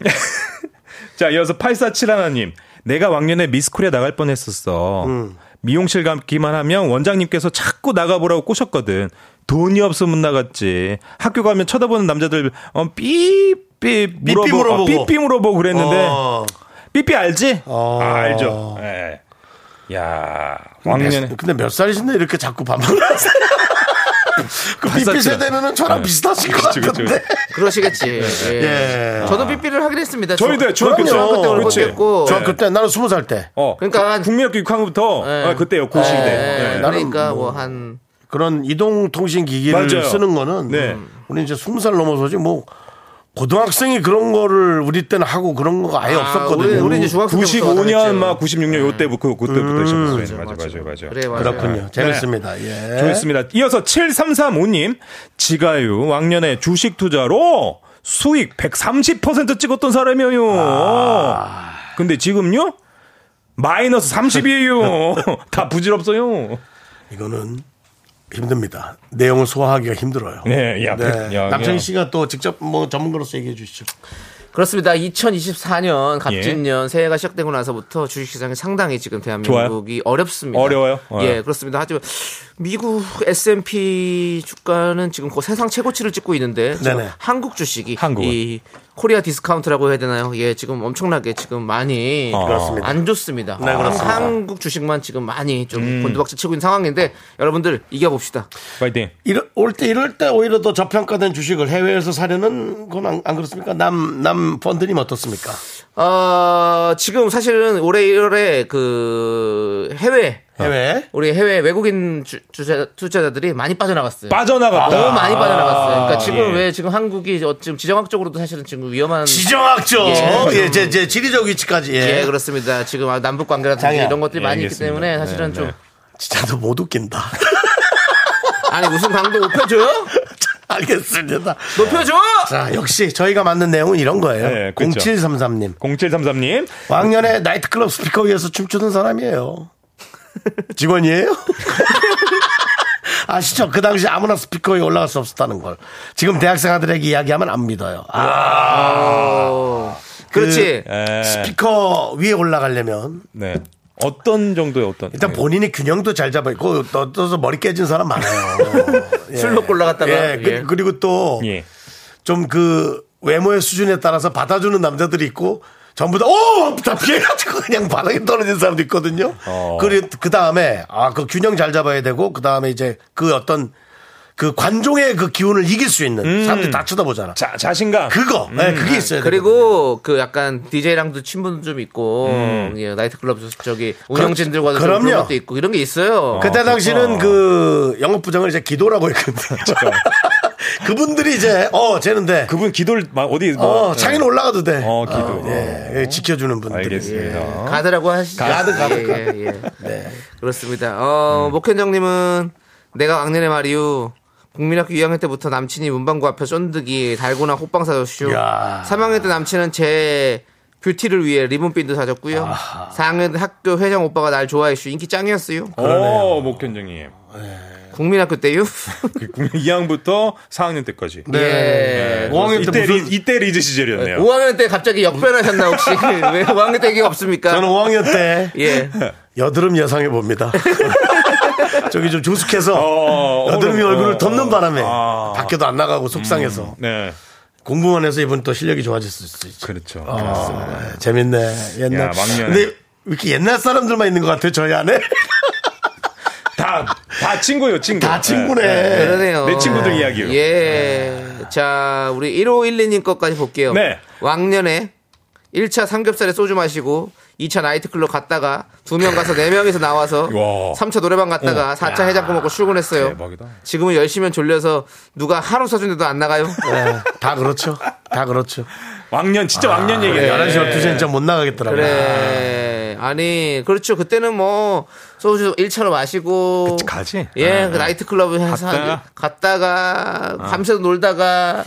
S7: 자, 이어서 847 하나님. 내가 왕년에 미스코리아 나갈 뻔 했었어. 미용실 가기만 하면 원장님께서 자꾸 나가보라고 꼬셨거든. 돈이 없으면 나갔지. 학교 가면 쳐다보는 남자들, 어, 삐삐 물어보,
S1: 물어보고.
S7: 어, 삐삐 물어보고 그랬는데.
S1: 어.
S7: 삐삐 알지?
S1: 어.
S7: 아, 알죠. 예. 야, 왕년에.
S1: 몇- 근데 몇 살이신데 이렇게 자꾸 반말하세요? 그 삐삐
S7: 봤었죠.
S1: 세대면은 저랑
S7: 네.
S1: 비슷하신 것
S7: 그치, 그치,
S1: 같은데.
S7: 네.
S2: 그러시겠지. 예.
S1: 예.
S2: 저도 삐삐를 하긴 했습니다.
S7: 저희도
S2: 저-
S7: 중학교
S2: 그때
S7: 때.
S2: 얼굴
S7: 그치.
S2: 깼고.
S1: 저
S7: 네.
S1: 그때 나는 스무 살 때.
S7: 어.
S2: 그러니까
S7: 국민학교 6학년부터 아,
S2: 예.
S7: 그때요 고시대.
S2: 예.
S7: 예.
S2: 그러니까
S1: 나는 뭐-
S2: 뭐 한
S1: 그런 이동통신 기기를
S7: 맞아요.
S1: 쓰는 거는
S7: 네.
S1: 우리 이제 스무 살 넘어서지 뭐 고등학생이 그런 거를 우리 때는 하고 그런 거가 아예
S2: 아, 우리-
S1: 없었거든요.
S2: 우리 이제 중학생 때부터
S7: 95년
S2: 그랬죠. 네.
S7: 막 96년 요때부터 그때부터 시작했어요. 맞아 맞아 맞아.
S2: 그래 맞아요.
S1: 그렇군요. 재밌습니다. 예.
S7: 네. 좋습니다. 이어서 7335님, 지가유 왕년에 주식 투자로 수익 130% 찍었던 사람이에요. 근데 지금요? 마이너스 30이에요. 다 부질없어요.
S1: 이거는 힘듭니다. 내용을 소화하기가 힘들어요.
S7: 네, 야, 백- 야,
S1: 남창희
S7: 야.
S1: 씨가 또 직접 뭐 전문가로서 얘기해 주시죠.
S2: 그렇습니다. 2024년
S7: 예.
S2: 갑진년 새해가 시작되고 나서부터 주식시장이 상당히 지금 대한민국이 어렵습니다.
S7: 어려워요? 어.
S2: 예, 그렇습니다. 하지만 미국 S&P 주가는 지금 곧 세상 최고치를 찍고 있는데 지금
S1: 네네.
S2: 한국 주식이
S7: 한국은.
S2: 이 코리아 디스카운트라고 해야 되나요? 예, 지금 엄청나게 지금 많이
S7: 어.
S1: 그렇습니다.
S2: 안 좋습니다.
S1: 네, 그렇습니다.
S2: 한국 주식만 지금 많이 좀
S7: 음.
S2: 곤두박질 치고 있는 상황인데 여러분들 이겨봅시다.
S7: 파이팅.
S1: 이럴 올 때 이럴 때 오히려 더 저평가된 주식을 해외에서 사려는 건 안 그렇습니까? 남 남 펀드님 어떻습니까?
S2: 어, 지금 사실은 올해 1월에 그 해외
S7: 아.
S1: 해외.
S2: 우리 해외 외국인 주, 주자, 투자자들이 많이 빠져나갔어요.
S7: 빠져나갔다.
S2: 너무 아, 많이 빠져나갔어요. 그러니까 지금
S7: 예.
S2: 왜 지금 한국이 어쩜 지정학적으로도 사실은 지금 위험한
S1: 지정학적.
S2: 예.
S1: 예, 제, 제 지리적 위치까지. 예.
S2: 예, 그렇습니다. 지금 아, 남북 관계라든지
S1: 장이야.
S2: 이런 것들이
S7: 예,
S2: 많이 있기
S7: 알겠습니다.
S2: 때문에
S7: 네,
S2: 사실은
S7: 네.
S2: 좀
S1: 진짜 너 못 웃긴다.
S2: 아니 무슨 강도 높여줘?
S1: 알겠습니다.
S2: 높여줘!
S1: 자, 역시 저희가 만든 내용은 이런 거예요.
S7: 네, 그렇죠.
S1: 0733님.
S7: 0733님.
S1: 왕년에 나이트클럽 스피커 위에서 춤추는 사람이에요. 직원이에요? 아시죠? 그 당시 아무나 스피커에 올라갈 수 없었다는 걸. 지금 대학생 아들에게 이야기하면 안 믿어요. 아,
S2: 그렇지.
S7: 예.
S1: 스피커 위에 올라가려면
S7: 네. 어떤 정도의 어떤.
S1: 일단 본인이 균형도 잘 잡아 있고 또- 떠서 머리 깨진 사람 많아요. 예.
S2: 술 먹고 올라갔다가.
S1: 예.
S2: 예.
S1: 그, 리고
S7: 네. 예.
S1: 또 좀 그 외모의 수준에 따라서 받아주는 남자들이 있고 전부 다, 오! 다 피해가지고 그냥 바닥에 떨어진 사람도 있거든요.
S7: 어.
S1: 그리고 그 다음에, 아, 그 균형 잘 잡아야 되고, 그 다음에 이제 그 어떤 그 관종의 그 기운을 이길 수 있는 사람들이 다 쳐다보잖아.
S7: 자, 자신감.
S1: 그거! 예, 그게 있어요.
S2: 그리고 그 약간 DJ랑도 친분 좀 있고 예, 나이트클럽 저기 운영진들과도
S1: 그럼요.
S2: 좀 그런 것도 있고 이런 게 있어요.
S1: 그때 당시는 그 영업부장을 이제 기도라고 했거든요. 그분들이 이제 어 쟤는데
S7: 그분 기도를 막 어디 뭐.
S1: 어 자기는 올라가도 돼.
S7: 어, 기도.
S1: 예, 예, 지켜주는 분들이.
S7: 알겠습니다.
S2: 가드라고 하시죠. 어? 가드 가드. 예, 예, 예. 그렇습니다. 어, 목현정님은 내가 왕년의 말이유. 국민학교 2학년 때부터 남친이 문방구 앞에 쫀득이 달고나 호빵 사줬슈.
S1: 야.
S2: 3학년 때 남친은 제 뷰티를 위해 리본핀도 사줬고요. 4학년 때 학교 회장 오빠가 날 좋아했슈. 인기 짱이었어요.
S7: 어, 목현정님.
S2: 국민학교 때요.
S7: 그 2학부터 4학년 때까지.
S1: 네.
S2: 예.
S1: 오학년 때
S7: 이때,
S1: 무슨
S7: 리, 이때 리즈 시절이었네요.
S2: 5학년 때 갑자기 역변하셨나 혹시? 왜 5학년 때 얘기가 없습니까?
S1: 저는 5학년 때
S2: 예.
S1: 여드름 예상해 봅니다. 저기 좀 조숙해서
S7: 어,
S1: 여드름이
S7: 오늘,
S1: 얼굴을
S7: 어,
S1: 덮는 바람에
S7: 아.
S1: 밖에도 안 나가고 속상해서
S7: 네.
S1: 공부만 해서 이분 또 실력이 좋아졌을 수 있죠.
S7: 그렇죠.
S1: 아, 재밌네. 옛날.
S7: 야, 왕년에.
S1: 근데 왜 이렇게 옛날 사람들만 있는 것 같아요, 저희 안에?
S7: 다, 다 친구예요, 친구.
S1: 다 친구네.
S7: 네, 네.
S2: 그러네요.
S7: 내 친구들 이야기요.
S2: 예. 자, 우리 1512님 것까지 볼게요.
S7: 네.
S2: 왕년에 1차 삼겹살에 소주 마시고 2차 나이트클럽 갔다가 2명 가서 4명이서 나와서
S7: 와.
S2: 3차 노래방 갔다가 4차 해장국 먹고 출근했어요.
S7: 대박이다.
S2: 지금은 10시면 졸려서 누가 하루 사준데도 안 나가요.
S1: 네, 다 그렇죠. 다 그렇죠.
S7: 왕년, 진짜 왕년 얘기예요.
S1: 11시, 12시엔 진짜 못 나가겠더라고요.
S2: 그래. 아니, 그렇죠. 그때는 뭐, 소주 1차로 마시고.
S7: 그치, 가지. 아.
S2: 예, 그 나이트클럽에 해서
S7: 갔다가. 아.
S2: 한- 갔다가, 밤새도 놀다가,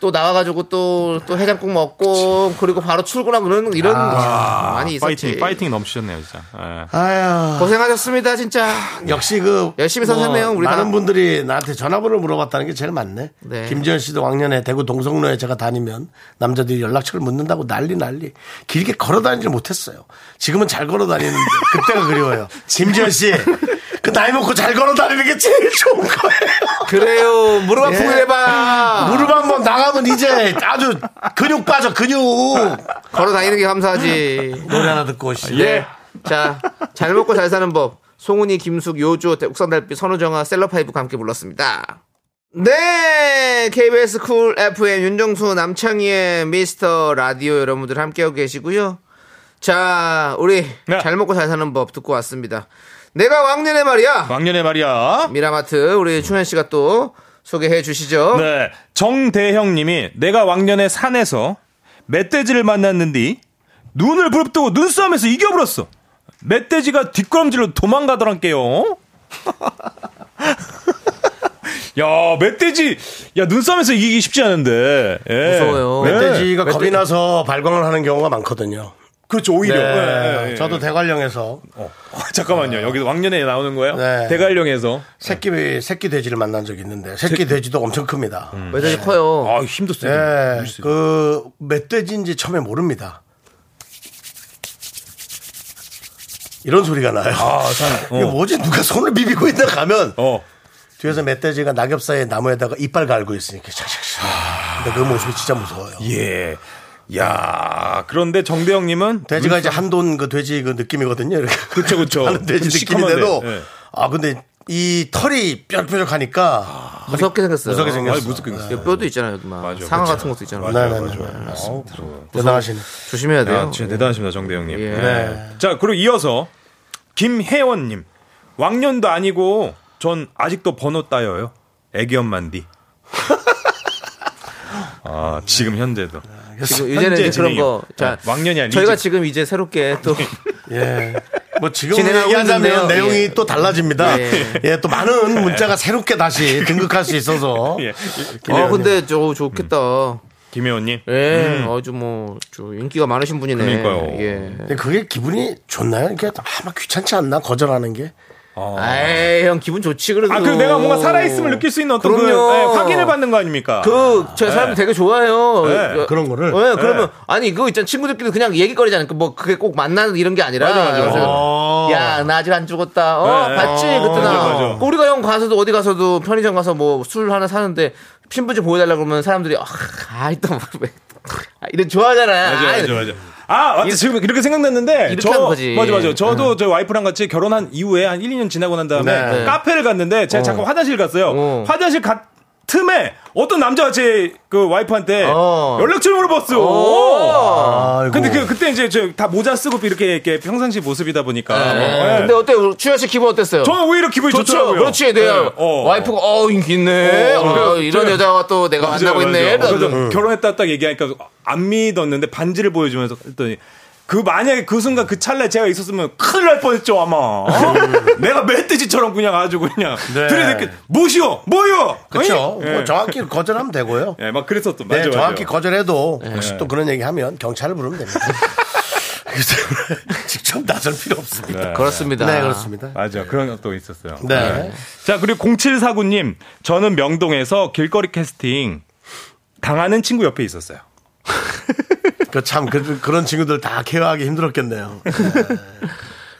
S2: 또 나와가지고 또, 또 해장국 먹고, 그리고 바로 출근하고 그런, 이런, 네. 많이 있었지.
S7: 아. 파이팅, 파이팅 넘치셨네요, 진짜. 예.
S1: 아야
S2: 고생하셨습니다, 진짜.
S1: 역시 그
S2: 열심히 사셨네요, 우리
S1: 많은
S2: 다.
S1: 분들이 나한테 전화번호 물어봤다는 게 제일 많네.
S2: 네.
S1: 김지현 씨도 왕년에 대구 동성로에 제가 다니면 남자들이 연락처를 묻는다고 난리 난리. 길게 걸어 다니질 못했어요. 지금은 잘 걸어 다니는데 그때가 그리워요. 김지현 씨. 그 나이 먹고 잘 걸어 다니는 게 제일 좋은 거예요.
S2: 그래요. 무릎 아프게
S1: 예.
S2: 해봐.
S1: 무릎 한번 나가면 이제 아주 근육 빠져 근육.
S2: 걸어 다니는 게 감사하지.
S1: 노래 하나 듣고 오시죠. 네.
S2: 예. 자, 잘 먹고 잘 사는 법. 송은이, 김숙, 요조, 옥상달빛, 선우정아, 셀러파이브가 함께 불렀습니다. 네! KBS 쿨 FM 윤정수 남창희의 미스터 라디오 여러분들 함께하고 계시고요. 자, 우리
S7: 네.
S2: 잘 먹고 잘 사는 법 듣고 왔습니다. 내가 왕년에 말이야!
S7: 왕년의 말이야.
S2: 미라마트 우리 충현 씨가 또 소개해 주시죠.
S7: 네. 정대형님이 내가 왕년에 산에서 멧돼지를 만났는데 눈을 부릅뜨고 눈싸움에서 이겨버렸어. 멧돼지가 뒷걸음질로 도망가더란께요. 야, 멧돼지, 야, 눈싸움에서 이기기 쉽지 않은데. 예.
S2: 무서워요.
S7: 네.
S1: 멧돼지가 겁이 나서 발광을 하는 경우가 많거든요.
S7: 그렇죠, 오히려.
S1: 네,
S7: 예, 예, 예.
S1: 저도 대관령에서
S7: 어, 잠깐만요. 여기서 왕년에 나오는 거예요?
S1: 네.
S7: 대관령에서.
S1: 새끼
S7: 네.
S1: 새끼 돼지를 만난 적이 있는데 새끼 돼지도 엄청 큽니다.
S2: 멧돼지 커요.
S7: 아, 힘도 세네.
S1: 예,
S7: 힘도 세네.
S1: 그 멧돼지인지 처음에 모릅니다. 이런 소리가 나요.
S7: 아, 산.
S1: 이게 뭐지? 누가 손을 비비고 있나 가면
S7: 어.
S1: 뒤에서 멧돼지가 낙엽 사이에 나무에다가 이빨 갈고 있으니까 샥샥샥.
S7: 아.
S1: 근데 그 모습이 진짜 무서워요.
S7: 예. 야, 그런데 정대형님은
S1: 돼지가 이제 한돈 그 돼지 그 느낌이거든요. 이렇게
S7: 그쵸, 그쵸.
S1: 하는 돼지
S7: 시커먼데.
S1: 느낌인데도
S7: 예.
S1: 아 근데 이 털이
S7: 아,
S1: 뾰족뾰족하니까
S2: 무섭게 생겼어요.
S1: 무섭게 생겼어. 네.
S7: 아니, 무섭게 생겼어요.
S2: 뼈도 있잖아요. 막 상아 같은 것도 있잖아요.
S1: 네네네. 맞습니다. 대단하시네.
S2: 조심해야 돼요.
S7: 네. 아, 진짜 대단하십니다, 정대형님.
S2: 예.
S7: 자, 그리고 이어서 김혜원님. 왕년도 아니고 전 아직도 번호 따여요. 애기 엄만디. 아
S2: 네.
S7: 지금 현재도.
S2: 지금 이제는
S7: 현재
S2: 이제 뭐 그런
S7: 진행이요.
S2: 거. 자,
S7: 네, 왕년이 아, 네. 아니고
S2: 저희가
S7: 이제-
S2: 지금 이제 새롭게 또
S1: 예. 뭐 지금
S2: 진행하고
S1: 얘기하자면
S2: 있는데요.
S1: 내용이
S2: 예.
S1: 또 달라집니다. 예.
S2: 예.
S1: 또 많은 문자가 새롭게 다시 등극할 수 있어서.
S7: 예.
S2: 아,
S7: 네.
S2: 근데 저
S7: 음.
S2: 좋겠다.
S7: 김혜원님.
S2: 예, 아주 뭐, 저 인기가 많으신 분이네.
S7: 음. 그러니까요.
S2: 예.
S1: 근데 그게 기분이 좋나요? 이게 아마 귀찮지 않나 거절하는 게.
S2: 에이, 형 기분 좋지, 그래도.
S7: 아, 그 내가 뭔가 살아있음을 느낄 수 있는 어떤 그
S2: 그럼요.
S7: 예, 확인을 받는 거 아닙니까?
S2: 그, 저 사람 되게 좋아해요.
S7: 네,
S1: 그런 거를?
S2: 예, 그러면, 아니, 그거 있잖아. 친구들끼리 그냥 얘기거리잖아. 그 뭐, 그게 꼭 만나는 이런 게 아니라. 그래서 야, 나 아직 안 죽었다. 어,
S7: 어. 네.
S2: 봤지?
S7: 어,
S2: 그때 나.
S7: 맞아, 맞아.
S2: 그 우리가 형 가서도 어디 가서도 편의점 가서 뭐 술 하나 사는데 신분증 보여달라 그러면 사람들이, 아, 아이, 또, 왜. 아, 이런 좋아하잖아.
S7: 맞아,
S2: 아이,
S7: 맞아, 맞아. 아, 맞다. 지금 이렇게 생각났는데.
S2: 이렇게
S7: 저,
S2: 하는 거지. 네.
S7: 맞아, 맞아. 저도 저희 와이프랑 같이 결혼한 이후에 한 1, 2년 지나고 난 다음에
S1: 네.
S7: 네. 카페를 갔는데 제가 잠깐 화장실 갔어요.
S2: 어.
S7: 화장실 갔 틈에 어떤 남자가 제 그 와이프한테
S2: 어.
S7: 연락처를 물어봤어요.
S1: 아이고.
S7: 근데 그, 그때 이제 저 다 모자 쓰고 이렇게, 이렇게 평상시 모습이다 보니까.
S2: 네.
S7: 예.
S2: 근데 어때? 추현 씨 기분 어땠어요?
S7: 저는 오히려 기분이
S2: 좋죠.
S7: 좋더라고요.
S2: 그렇지. 내가
S7: 네. 어.
S2: 와이프가 어 인기 있네.
S7: 어,
S2: 어,
S7: 그래요.
S2: 이런
S7: 그래요.
S2: 여자와 또 내가
S7: 맞아요,
S2: 만나고 있네.
S7: 맞아요. 그렇죠. 그래서
S2: 그래서
S1: 어.
S7: 결혼했다 딱 얘기하니까 안 믿었는데 반지를 보여주면서 했더니 그 만약에 그 순간 그 찰나에 제가 있었으면 큰일 날 뻔했죠 아마 어? 내가 멧돼지처럼 그냥 아주 그냥
S1: 네.
S7: 들이댔게 뭐시오 뭐요
S1: 그렇죠.
S7: 어이? 예.
S1: 뭐 정확히 거절하면 되고요.
S7: 예, 막 그랬었던
S1: 네,
S7: 맞아요
S1: 정확히
S7: 맞아요.
S1: 거절해도 혹시 또 그런 얘기하면 경찰을 부르면 됩니다. 그래서 직접 나설 필요 없습니다.
S7: 네.
S2: 그렇습니다.
S1: 네, 그렇습니다.
S7: 맞아요 그런 것도 있었어요
S1: 네.
S7: 자, 그리고 0749님, 저는 명동에서 길거리 캐스팅 당하는 친구 옆에 있었어요.
S1: 그 참 그, 런 친구들 다 케어하기 힘들었겠네요.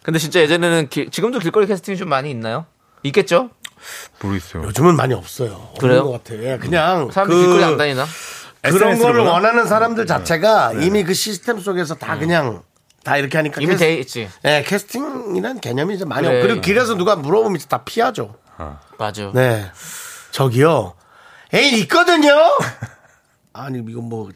S2: 근데 진짜 예전에는 기- 지금도 길거리 캐스팅이 좀 많이 있나요? 있겠죠?
S7: 모르겠어요.
S1: 요즘은 많이 없어요.
S2: 그래요? 음.
S1: 없는 것 같아. 예, 그냥
S2: 사람들이
S1: 그-
S2: 길거리 안 다니나?
S1: 그런
S7: SNS
S1: 걸
S7: 로구나.
S1: 원하는 사람들 자체가 이미 그 시스템 속에서 다 그냥 다 이렇게 하니까
S2: 이미
S1: 캐스-
S2: 돼 있지. 네.
S1: 예, 캐스팅이란 개념이 이제 많이
S2: 그래.
S1: 없고 그리고 길에서 누가 물어보면 이제 다 피하죠.
S2: 맞아. 요
S1: 네. 저기요. 애인 있거든요. 아니 이거 뭐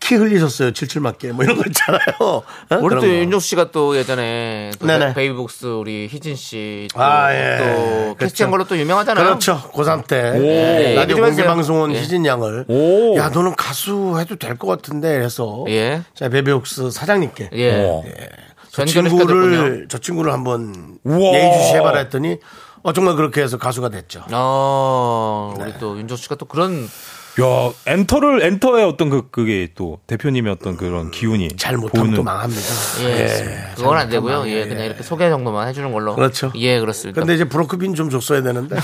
S1: 키 흘리셨어요. 칠칠 맞게 뭐 이런 거 있잖아요. 어?
S2: 우리
S1: 그런 거.
S2: 또 윤종수 씨가 또 예전에 또
S1: 네네.
S2: 베이비복스 우리 희진 씨 또,
S1: 아, 예. 그렇죠.
S2: 또 캐스팅한 걸로 또 유명하잖아요.
S1: 그렇죠. 고3 때
S2: 예,
S7: 네.
S1: 라디오
S2: 얘기 좀
S1: 공개
S2: 해주세요.
S1: 방송은
S2: 예.
S1: 희진 양을
S7: 오.
S1: 야 너는 가수 해도 될 것 같은데 해서
S2: 예.
S1: 자 베베옥스 사장님께
S2: 예.
S7: 어.
S1: 저
S2: 전결을 시켜줬군요.
S1: 친구를 저 친구를 한번
S7: 우와.
S1: 예의주시해봐라 했더니 어 정말 그렇게 해서 가수가 됐죠.
S2: 어,
S1: 네.
S2: 우리 또 윤종수 씨가 또 그런
S7: 야, 엔터를 엔터의 어떤 그 그게 또 대표님의 어떤 그런 기운이
S1: 음, 잘 못하면
S7: 보이는-
S1: 또 망합니다.
S2: 예. 그건 안 되고요. 예, 그냥 이렇게 소개 정도만 해주는 걸로.
S1: 그렇죠.
S2: 예, 그렇습니다.
S1: 근데 이제 브로크빈 좀 줬어야 되는데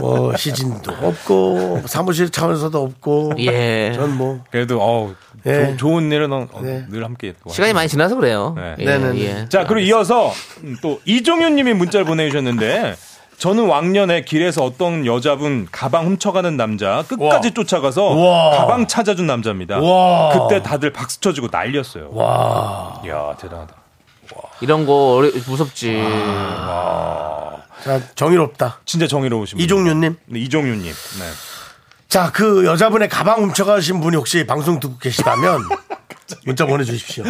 S1: 뭐 시진도 없고 사무실 차원에서도 없고
S2: 예.
S1: 전뭐
S7: 그래도 어우
S1: 예.
S7: 좋- 좋은 일은 어, 어,
S1: 네.
S7: 늘 함께 또
S2: 시간이 많이 지나서 그래요.
S7: 네.
S2: 예,
S1: 네네네.
S2: 예.
S7: 자, 그리고 이어서 음, 또 이종윤님이 문자를 보내주셨는데 저는 왕년에 길에서 어떤 여자분 가방 훔쳐가는 남자 끝까지
S1: 와.
S7: 쫓아가서
S1: 와.
S7: 가방 찾아준 남자입니다.
S1: 와.
S7: 그때 다들 박수 쳐주고 날렸어요.
S1: 와.
S7: 이야 대단하다.
S2: 이런 거 어려, 무섭지.
S1: 그, 자, 정의롭다.
S7: 진짜 정의로우신 분.
S1: 이종윤님.
S7: 네, 이종윤님. 네.
S1: 자, 그 여자분의 가방 훔쳐가신 분이 혹시 방송 듣고 계시다면 문자 보내주십시오.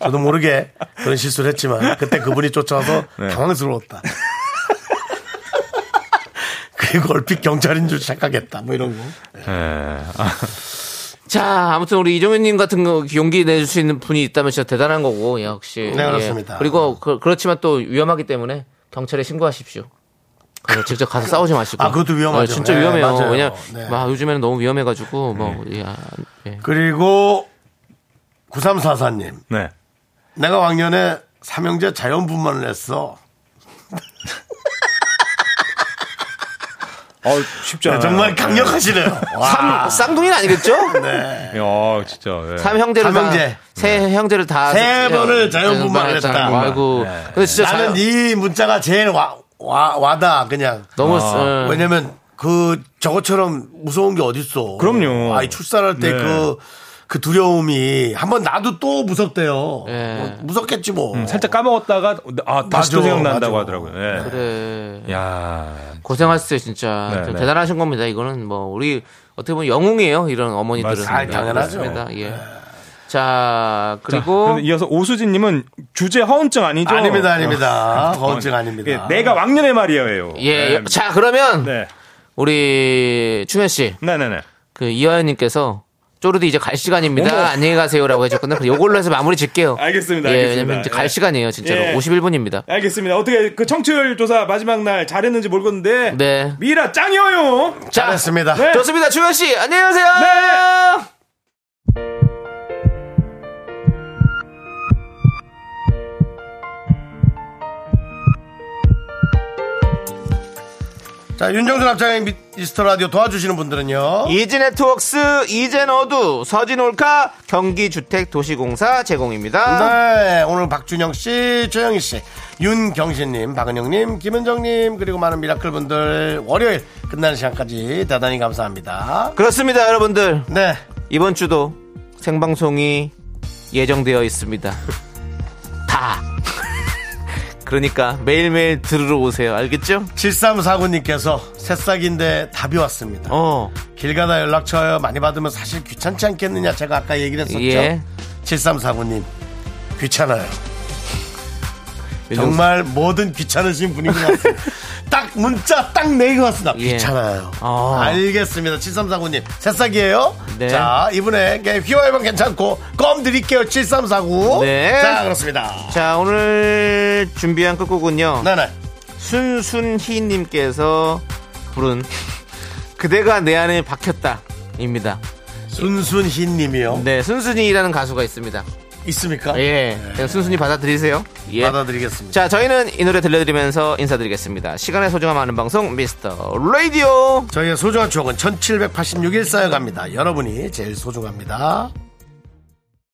S1: 저도 모르게 그런 실수를 했지만 그때 그분이 쫓아와서 당황스러웠다. 그리고 얼핏 경찰인 줄 착각했다. 뭐 이런 거.
S7: 네.
S2: 자, 아무튼 우리 이종현님 같은 거 용기 내줄 수 있는 분이 있다면 진짜 대단한 거고, 예, 역시.
S1: 네,
S2: 예.
S1: 그렇습니다.
S2: 그리고 그, 렇지만또 위험하기 때문에 경찰에 신고하십시오. 예, 직접 가서 싸우지 마시고.
S1: 아, 그것도 위험하죠.
S2: 예, 진짜
S1: 네,
S2: 위험해요.
S1: 맞아요.
S2: 왜냐,
S1: 네.
S2: 막 요즘에는 너무 위험해가지고, 뭐, 야, 예.
S1: 그리고 9344님.
S7: 네.
S1: 내가 왕년에 삼형제 자연분만을 했어.
S7: 어 쉽지 않아요.
S1: 네, 정말 강력하시네요. 네.
S2: 삼, 쌍둥이는 아니겠죠?
S7: 네. 야 진짜. 예.
S2: 삼 형제를
S1: 삼형제. 네.
S2: 다, 세 형제를 다. 예,
S1: 세 번을 자연분만을 했다. 네.
S2: 아이고. 근데 진짜
S1: 나는
S2: 자연-
S1: 이 문자가 제일 와, 와, 와다, 그냥.
S2: 너무,
S7: 네.
S2: 예.
S1: 어, 왜냐면 그 저것처럼 무서운 게 어딨어.
S7: 그럼요.
S1: 아이 출산할 때
S7: 네.
S1: 그, 그 두려움이 한번 나도 또 무섭대요.
S2: 예.
S1: 뭐 무섭겠지 뭐.
S7: 네. 음, 살짝 까먹었다가 아 다시 또
S1: 맞아,
S7: 생각난다고
S1: 맞아. 네.
S7: 하더라고요. 예.
S2: 그래.
S7: 야.
S2: 고생하셨어요 진짜
S7: 네,
S2: 좀
S7: 네.
S2: 대단하신 겁니다 이거는 뭐 우리 어떻게 보면 영웅이에요 이런 어머니들은
S7: 맞습니다. 네.
S1: 아, 당연하죠.
S2: 그렇습니다. 예. 자, 그리고
S7: 그럼 이어서 오수진님은 주제 허언증 아니죠? 어.
S1: 아닙니다, 아닙니다. 거울증 아닙니다.
S7: 예, 내가 왕년의 말이에요.
S2: 예,
S7: 네.
S2: 자, 그러면
S7: 네.
S2: 우리 충현 씨,
S7: 네네네.
S2: 그 이화연님께서 쪼르디 이제 갈 시간입니다.
S7: 어머.
S2: 안녕히 가세요라고 해줬거든요. 그럼 요걸로 해서 마무리 질게요.
S7: 알겠습니다,
S2: 예,
S7: 알겠습니다.
S2: 왜냐면 이제
S7: 예.
S2: 갈 시간이에요, 진짜로.
S7: 예.
S2: 51분입니다.
S7: 알겠습니다. 어떻게 그 청취율 조사 마지막 날 잘했는지 모르겠는데
S2: 네.
S7: 미라 짱이에요.
S2: 자,
S1: 잘했습니다.
S7: 네.
S2: 좋습니다. 충현 씨, 안녕히 가세요.
S7: 네.
S1: 자, 윤정수 남창의 미- 미스터 라디오 도와주시는 분들은요.
S7: 예.
S2: 이지 네트웍스, 이젠 어두, 서진 올카, 경기주택도시공사 제공입니다.
S1: 네, 오늘 박준영 씨, 최영희 씨, 윤경신님, 박은영님, 김은정님, 그리고 많은 미라클 분들 월요일 끝나는 시간까지 대단히 감사합니다.
S2: 그렇습니다, 여러분들.
S1: 네,
S2: 이번 주도 생방송이 예정되어 있습니다. 다. 그러니까 매일매일 들으러 오세요. 알겠죠?
S1: 7349님께서 새싹인데 답이 왔습니다.
S2: 어.
S1: 길 가다 연락처요 많이 받으면 사실 귀찮지 않겠느냐 제가 아까 얘기를 했었죠.
S2: 예.
S1: 7349님 귀찮아요.
S2: 예.
S1: 정말 뭐든 귀찮으신 분인 것 같습니다. 딱 문자 딱 내기 왔습니다.
S2: 예.
S1: 귀찮아요.
S2: 아.
S1: 알겠습니다. 7349님 새싹이에요.
S2: 네.
S1: 자 이분에게 휘어이면 괜찮고 껌 드릴게요. 7349.
S2: 네.
S1: 자 그렇습니다.
S2: 자, 오늘 준비한 끝곡은요.
S1: 네네.
S2: 순순희님께서 부른 그대가 내 안에 박혔다. 입니다.
S1: 순순희님이요.
S2: 네, 순순이라는 가수가 있습니다.
S1: 있습니까?
S2: 예, 그냥 순순히 받아들이세요. 예.
S1: 받아드리겠습니다.
S2: 자, 저희는 이 노래 들려드리면서 인사드리겠습니다. 시간의 소중함 아는 방송 미스터 라디오.
S1: 저희의 소중한 추억은 1786일 쌓여갑니다. 여러분이 제일 소중합니다.